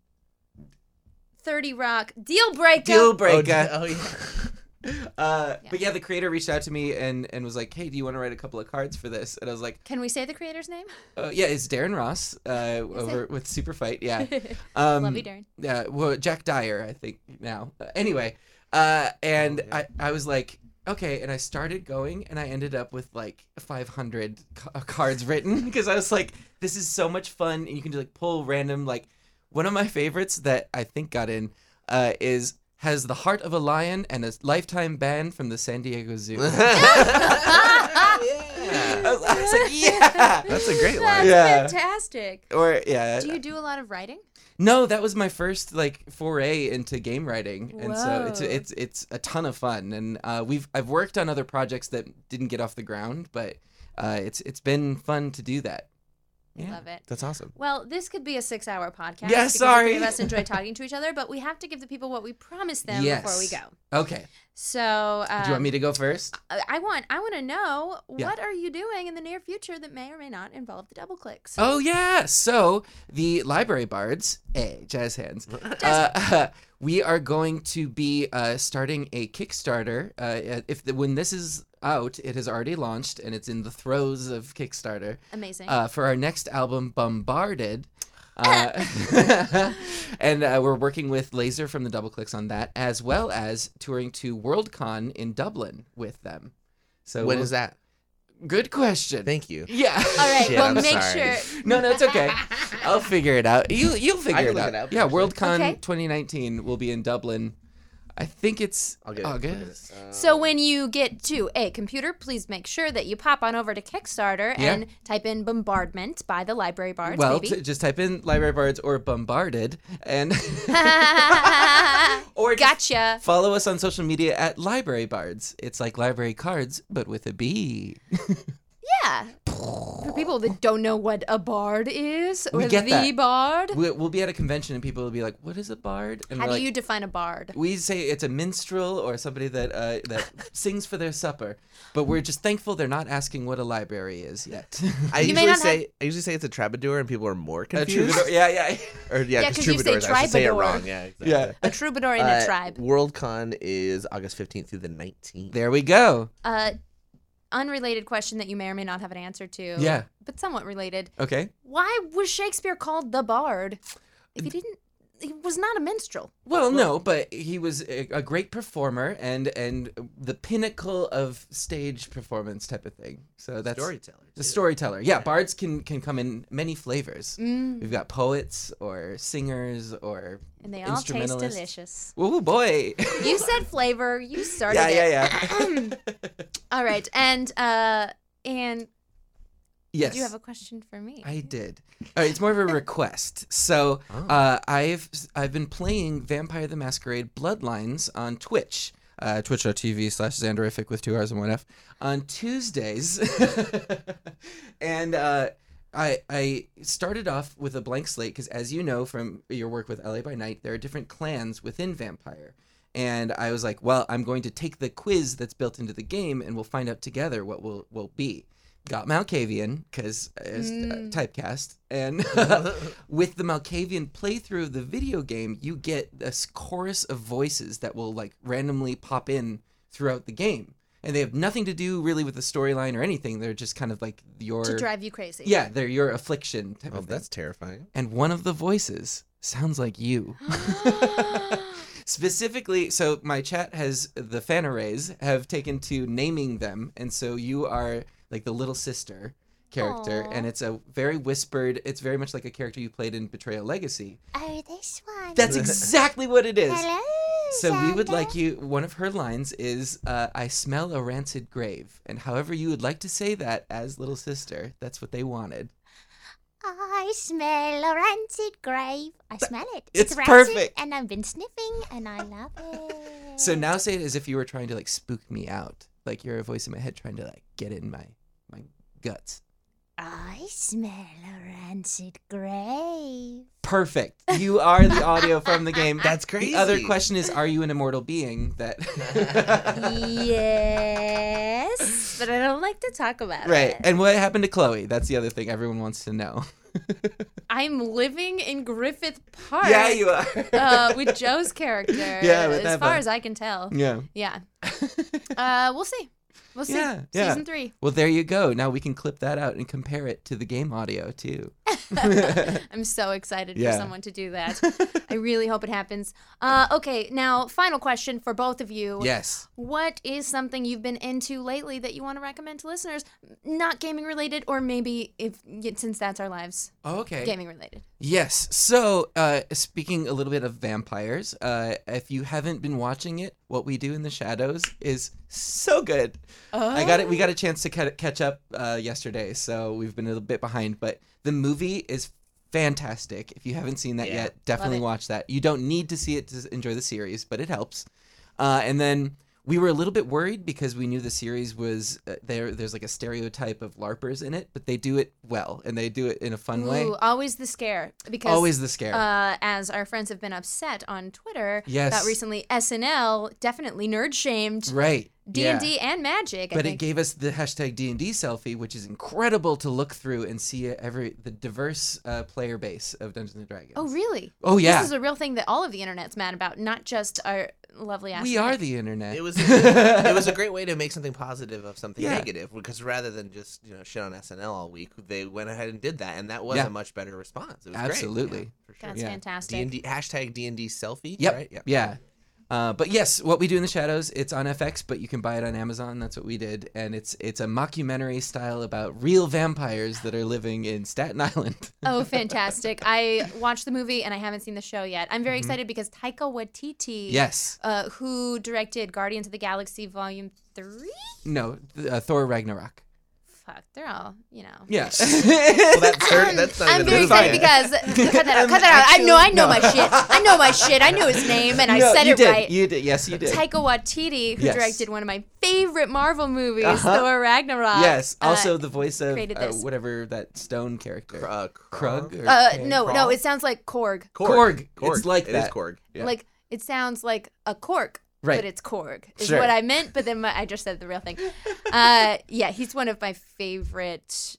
30 Rock deal breaker? Deal breaker. Oh, yeah. uh, Yeah. But yeah, the creator reached out to me and, and was like, hey, do you want to write a couple of cards for this? And I was like, Can we say the creator's name? uh, yeah, it's Darren Ross uh, over with Super Fight. Yeah. Um, Love you, Darren. Yeah, well, Jack Dyer, I think now. Uh, anyway, uh, and I, I was like, okay, and I started going, and I ended up with like 500 ca- uh, cards written because I was like, this is so much fun, and you can do like pull random. Like one of my favorites that I think got in uh, is has the heart of a lion and a lifetime ban from the San Diego Zoo. I, was, I was like, yeah. That's a great That's line. Yeah. fantastic. Or yeah, Do you do a lot of writing? No, that was my first like foray into game writing, and so it's Whoa. it's it's a ton of fun. And uh, we've I've worked on other projects that didn't get off the ground, but uh, it's it's been fun to do that. Yeah. Love it. That's awesome. Well, this could be a six-hour podcast. Yeah, because The sorry. three of us enjoy talking to each other, but we have to give the people what we promised them before we Yes. go. Okay, So, um, do you want me to go first? I I want I want to know Yeah. what are you doing in the near future that may or may not involve the double clicks. Oh yeah. So the library bards, hey, jazz hands. Uh, we are going to be uh, starting a Kickstarter. Uh, if the, when this is out, it has already launched and it's in the throes of Kickstarter. Amazing. uh, for our next album, Bombarded. Uh, and uh, we're working with Laser from the Double Clicks on that, as well as touring to WorldCon in Dublin with them. So When is that? Good question. Thank you. yeah. All right. shit, well, I'm make sorry. sure. No, no, it's okay. I'll figure it out. You, you'll figure can it, look out. it up, Yeah, actually. WorldCon Okay. 2019 will be in Dublin. I think it's I'll get it. August. So when you get to a computer, please make sure that you pop on over to Kickstarter Yeah. and type in "bombardment" by the Library Bards. Well, maybe. t- just type in Library Bards or Bombarded and or just gotcha. Follow us on social media at Library Bards. It's like library cards, but with a B. Yeah. For people that don't know what a bard is or We get the that. bard, We- We'll be at a convention and people will be like, "What is a bard?" And how we're do like, you define a bard? we say it's a minstrel or somebody that uh, that sings for their supper, but we're just thankful they're not asking what a library is yet. I You may usually not say I usually say it's a troubadour and people are more A confused. troubadour- yeah, yeah. Or yeah, Yeah, because 'cause you say troubadours. I should say it tribadour. wrong. Yeah, exactly. Yeah. A troubadour in Uh, a tribe. Worldcon is August 15th through the 19th. There we go. Uh, unrelated question that you may or may not have an answer to. Yeah. But somewhat related. Okay. Why was Shakespeare called the Bard? If he didn't, he was not a minstrel. Well, no, but he was a, a great performer and and the pinnacle of stage performance type of thing. So that's Storyteller, The too. storyteller. Yeah, bards can can come in many Mm-hmm. flavors. We've got poets or singers or And they all taste instrumentalists. delicious. Ooh boy. You said flavor. You started yeah, it. Mm-hmm. yeah, yeah. All right. And, uh, and yes. do you have a question for me? I did. All right, it's more of a request. So uh, I've I've been playing Vampire the Masquerade Bloodlines on Twitch, uh, twitch.tv slash Xanderific with two R's and one F, on Tuesdays. and uh, I, I started off with a blank slate because, as you know from your work with LA by Night, there are different clans within Vampire. And I was like, well, I'm going to take the quiz that's built into the game and we'll find out together what will will be got Malkavian because it's uh, typecast, and with the Malkavian playthrough of the video game, you get this chorus of voices that will like randomly pop in throughout the game, and they have nothing to do really with the storyline or anything. They're just kind of like your to drive you crazy. yeah, they're your affliction type Oh, of thing. that's terrifying. And one of the voices sounds like you. Specifically, so my chat has the fan arrays have taken to naming them, and so you are like the little sister character, Aw. and it's a very whispered. It's very much like a character you played in Betrayal Legacy. Oh, this one. That's exactly what it is. Hello. So we would Xander. like you. One of her lines is, uh, "I smell a rancid grave," and however you would like to say that as little sister, that's what they wanted. I smell a rancid grave. I smell it. it's rancid, perfect. And I've been sniffing, and I love it. So now say it as if you were trying to like spook me out, like you're a voice in my head trying to like get in my my guts. I smell a rancid grave. Perfect. You are the audio from the game. That's the crazy. other question is, are you an immortal being? That yes. But I don't like to talk about right. it. And what happened to Chloe? That's the other thing everyone wants to know. I'm living in Griffith Park. Yeah, you are. uh, with Joe's character. Yeah, with as Eva. far as I can tell. yeah. Yeah. Uh, we'll see. We'll see. Yeah, yeah. Season three. Well, there you go. Now we can clip that out and compare it to the game audio too. I'm so excited Yeah. for someone to do that. I really hope it happens. Uh, okay, now final question for both of you. Yes. What is something you've been into lately that you want to recommend to listeners? Not gaming related, or maybe if since that's our lives, Okay. gaming related. Yes. So, uh, speaking a little bit of vampires, uh, if you haven't been watching it, what we do in the shadows is so good. I got it. We Oh. got a chance to ca- catch up uh, yesterday, so we've been a little bit behind. But the movie is fantastic. If you haven't seen that Yeah. yet, definitely it. watch that. You don't need to see it to s- enjoy the series, but it helps. Uh, and then we were a little bit worried because we knew the series was uh, there. There's like a stereotype of larpers in it, but they do it well and they do it in a fun way. Ooh, always the scare because Always the scare. uh, as our friends have been upset on Twitter Yes. about recently, SNL definitely nerd shamed Right. D and yeah. D and magic. I But it think. gave us the hashtag D and D selfie, which is incredible to look through and see every the diverse uh, player base of Dungeons and Dragons. oh really? Oh yeah. This is a real thing that all of the internet's mad about, not just our lovely ass. we are the internet. It was it was a great way to make something positive of something Yeah. negative because rather than just you know shit on SNL all week, they went ahead and did that, and that was Yeah. a much better response. It was Absolutely. great. Yeah, for That's sure. Yeah. fantastic. D and D hashtag D and D selfie. Yep. Right? Yeah. Yeah. Uh, but yes, what we do in the shadows, it's on FX, but you can buy it on Amazon. That's what we did, and it's it's a mockumentary style about real vampires that are living in Staten Island. Oh, fantastic! I watched the movie and I haven't seen the show yet. I'm Mm-hmm. very excited because Taika Waititi, yes. uh, who directed Guardians of the Galaxy Volume Three. No. th- Uh, Thor Ragnarok. Fuck, they're all you know. Yes. Well, that's third, that's not I'm even very a excited thing. because cut that out. Cut that out. I know. I know my shit. I know my shit. I knew his name and I No, said you it did. right. You did. Yes, you did. Taika Waititi, who Yes. directed one of my favorite Marvel movies, Uh-huh. Thor Ragnarok. Yes. Uh, Also, the voice of created uh, this. whatever that stone character. Uh, Krug. or- uh, K- no, no, Krog? it sounds like Korg. Korg. It's like It is that. Korg. Yeah. Like it sounds like a cork, Right. but it's Korg is Sure. what I meant. But then my, I just said the real thing. Uh, yeah, he's one of my favorite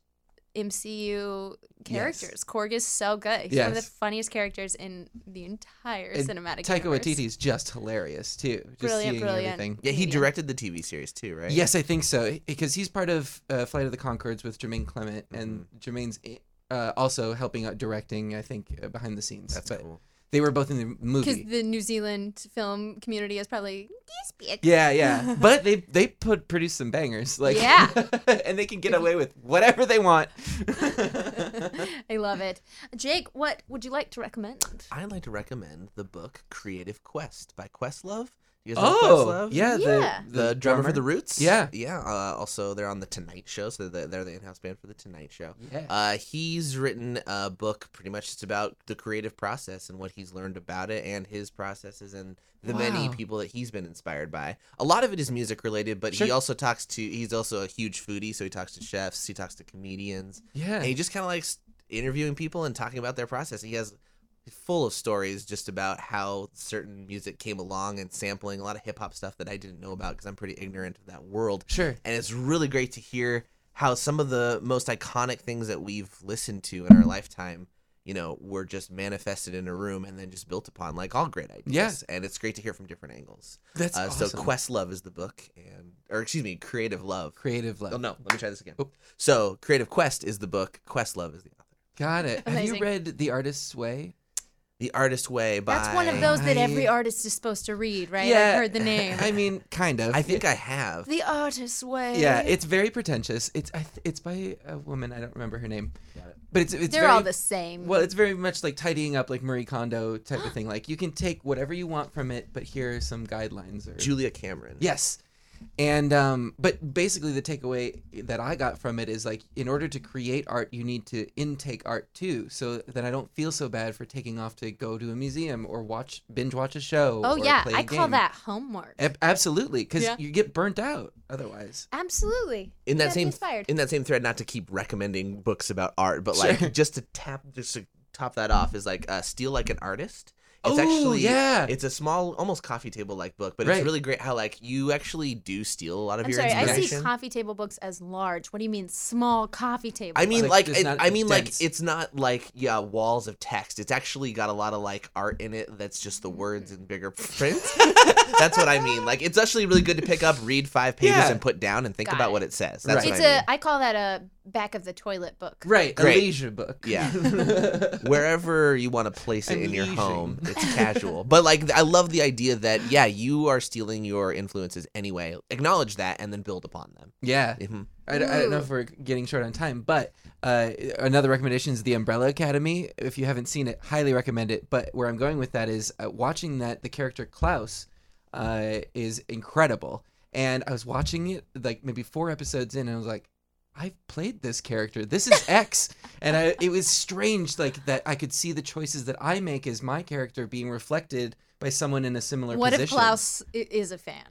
MCU characters. Korg is so good. He's one of the Yes. funniest characters in the entire And cinematic Taika universe. Waititi's just hilarious too. Just Brilliant, seeing brilliant. everything. Yeah, he Comedian. directed the TV series too, right? Yes, I think so because he's part of uh, Flight of the Concords with Jermaine Clement, and Jermaine's uh, also helping out directing. I think uh, behind the scenes. that's But cool. They were both in the Because movie. the New Zealand film community is probably yeah, yeah. but they they put produce some bangers, like Yeah. and they can get away with whatever they want. I love it. Jake, what would you like to recommend? I'd like to recommend the book Creative Quest by Questlove. You guys know oh, Questlove? yeah, Yeah. The, the, drummer for the Roots. Yeah. yeah. Uh, also, they're on the Tonight Show, so they're, they're the in-house band for the Tonight Show. Yeah. Uh, he's written a book pretty much just about the creative process and what he's learned about it and his processes and the many Wow. people that he's been inspired by. A lot of it is music related, but Sure. he also talks to. He's also a huge foodie, so he talks to chefs, he talks to comedians, yeah. and he just kind of likes interviewing people and talking about their process. He has he's full of stories just about how certain music came along and sampling a lot of hip hop stuff that I didn't know about because I'm pretty ignorant of that world. Sure. And it's really great to hear how some of the most iconic things that we've listened to in our lifetime, you know, were just manifested in a room and then just built upon, like all great ideas. Yeah. And it's great to hear from different angles. That's Uh, awesome. So Quest Love is the book, and or excuse me, Creative Love. creative Oh love. no, let me try this again. Oop. So Creative Quest is the book. Quest Love is the author. Got it. Have Amazing. you read The Artist's Way? The Artist Way by. That's one of those that I- every artist is supposed to read, right? Yeah. I've heard the name. I mean, kind of. I think I have. the Artist's Way. Yeah, it's very pretentious. It's I th- it's by a woman I don't remember her name, but it's it's They're very, all the same. Well, it's very much like tidying up, like Marie Kondo type of thing. Like you can take whatever you want from it, but here are some guidelines. Or Julia Cameron. yes, and um, but basically the takeaway that I got from it is like in order to create art, you need to intake art too, so that I don't feel so bad for taking off to go to a museum or watch binge watch a show. oh, or yeah. play a I call game. that homework. Ab- absolutely because Yeah. you get burnt out otherwise. Absolutely. In that Gotta be same inspired. in that same thread, not to keep recommending books about art, but Sure. like just to tap just to top that off is like uh, steal like an artist. It's Oh, actually yeah. It's a small, almost coffee table like book, but Right. it's really great how like you actually do steal a lot of I'm your sorry, I see inspiration. coffee table books as large. What do you mean small coffee table? I mean, Like, like, it's it- not I mean, dense. like, it's not like yeah, walls of text. It's actually got a lot of like art in it. That's just the words in bigger print. that's what I mean. Like, it's actually really good to pick up, read five pages, Yeah. and put down and think Got about it. what it says. Right. That's what it's I mean. a I call that a back of the toilet book. Right, Great. a leisure book. Yeah. Wherever you want to place it I'm in your leashing. home, it's casual. But like, I love the idea that yeah, you are stealing your influences anyway. Acknowledge that and then build upon them. yeah. Mhm. I, I don't know Ooh. if we're getting short on time, but uh, another recommendation is The Umbrella Academy. If you haven't seen it, highly recommend it. But where I'm going with that is uh, watching that the character Klaus uh, is incredible. And I was watching it like maybe four episodes in, and I was like, I've played this character. This is X, and I, it was strange like that. I could see the choices that I make as my character being reflected by someone in a similar What position. if Klaus i- is a fan?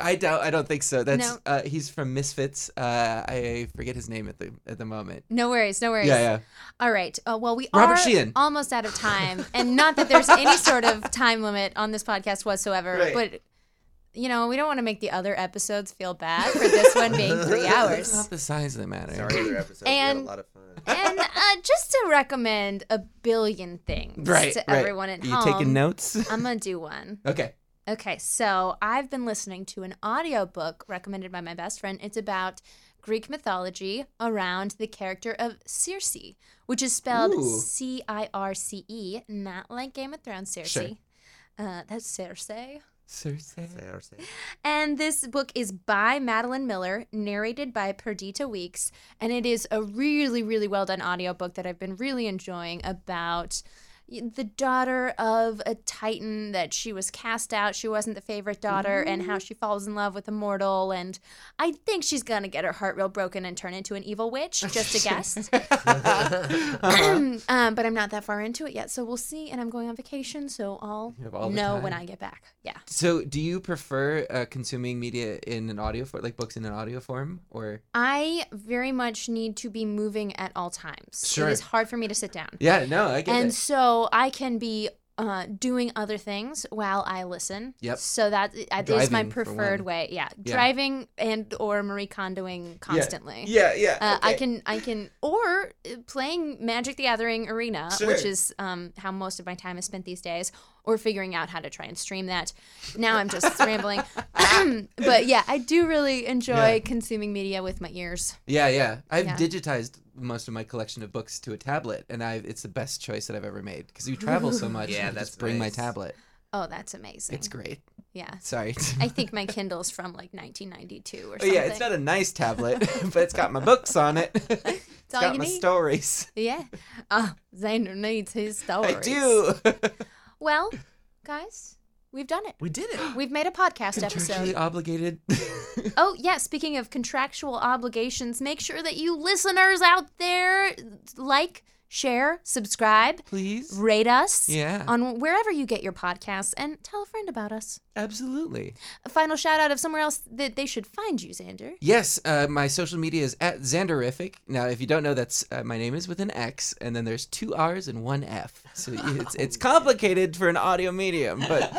I doubt. I don't think so. That's No. uh, he's from Misfits. Uh, I forget his name at the at the moment. No worries, no worries. Yeah, yeah. All right. Uh, well, we Robert are Sheehan. almost out of time, and not that there's any sort of time limit on this podcast whatsoever, Right. but you know we don't want to make the other episodes feel bad for this one being three It's hours. not the size that matters. other episode. we had a And- lot of fun. and uh, just to recommend a billion things Right. to right. everyone at Are you home. taking notes? I'm gonna do one. okay. Okay, so I've been listening to an audiobook recommended by my best friend. It's about Greek mythology around the character of Circe, which is spelled Ooh. C I R C E, not like Game of Thrones Circe. Sure. Uh, that's Circe. Circe. And this book is by Madeline Miller, narrated by Perdita Weeks, and it is a really, really well done audiobook that I've been really enjoying about the daughter of a titan that she was cast out she wasn't the favorite daughter and Mm-hmm. how she falls in love with a mortal and i think she's gonna get her heart real broken and turn into an evil witch just a guess um, but i'm not that far into it yet so we'll see and i'm going on vacation so i'll You have all the know when time. i get back yeah So, do you prefer uh, consuming media in an audio form, like books in an audio form, or? I very much need to be moving at all times. Sure. It is hard for me to sit down. Yeah. No, I get and it. so I can be uh, doing other things while I listen. Yep. So that that is my Driving, for preferred one. way. Yeah. Yeah. Driving and or Marie Kondoing constantly. Yeah, yeah. Uh, I okay. can, I can, or uh, playing Magic the Gathering Arena, Sure. which is um, how most of my time is spent these days, or figuring out how to try and stream that. Now I'm just rambling, but yeah, I do really enjoy Yeah. consuming media with my ears. Yeah, yeah. I've Yeah. digitized most of my collection of books to a tablet, and I it's the best choice that I've ever made because you travel so much. Yeah, you that's just bring nice. my tablet. Oh, that's amazing. It's great. yeah. Sorry. I think my Kindle's from like 1992 or Oh, something. yeah, it's not a nice tablet, but it's got my books on it. it's all got you my need. stories. Yeah. Oh, Xander needs his stories. I do. Well, guys, we've done it. We did it. We've made a podcast Contractually episode. obligated. Oh, yeah. Speaking of contractual obligations, make sure that you listeners out there like, share, subscribe, Please. rate us Yeah. on wherever you get your podcasts, and tell a friend about us. Absolutely. A final shout out of somewhere else that they should find you, Xander. Yes, uh, my social media is at Xanderific. Now, if you don't know, that's uh, my name is with an X, and then there's two R's and one F. So it's, it's Oh, complicated for an audio medium, but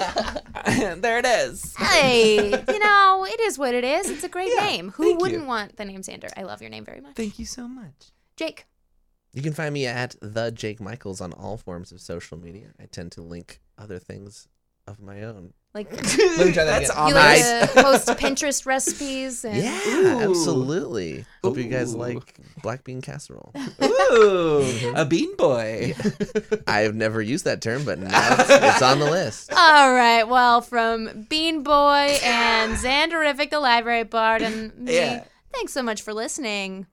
there it is. Hey, you know, it is what it is. It's a great name. Who thank you. wouldn't want the name Xander? I love your name very much. Thank you so much. Jake. You can find me at the Jake Michaels on all forms of social media. I tend to link other things of my own. Like Let me try that That's again. you on like my- to post Pinterest recipes and Yeah, Ooh. absolutely. Hope you guys Ooh. like black bean casserole. Ooh, a bean boy. I've never used that term, but now it's, it's on the list. All right, well, from Bean Boy and Xanderific the Library Bard and me, Yeah. thanks so much for listening.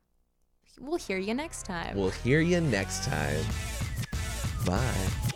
We'll hear you next time. We'll hear you next time. Bye.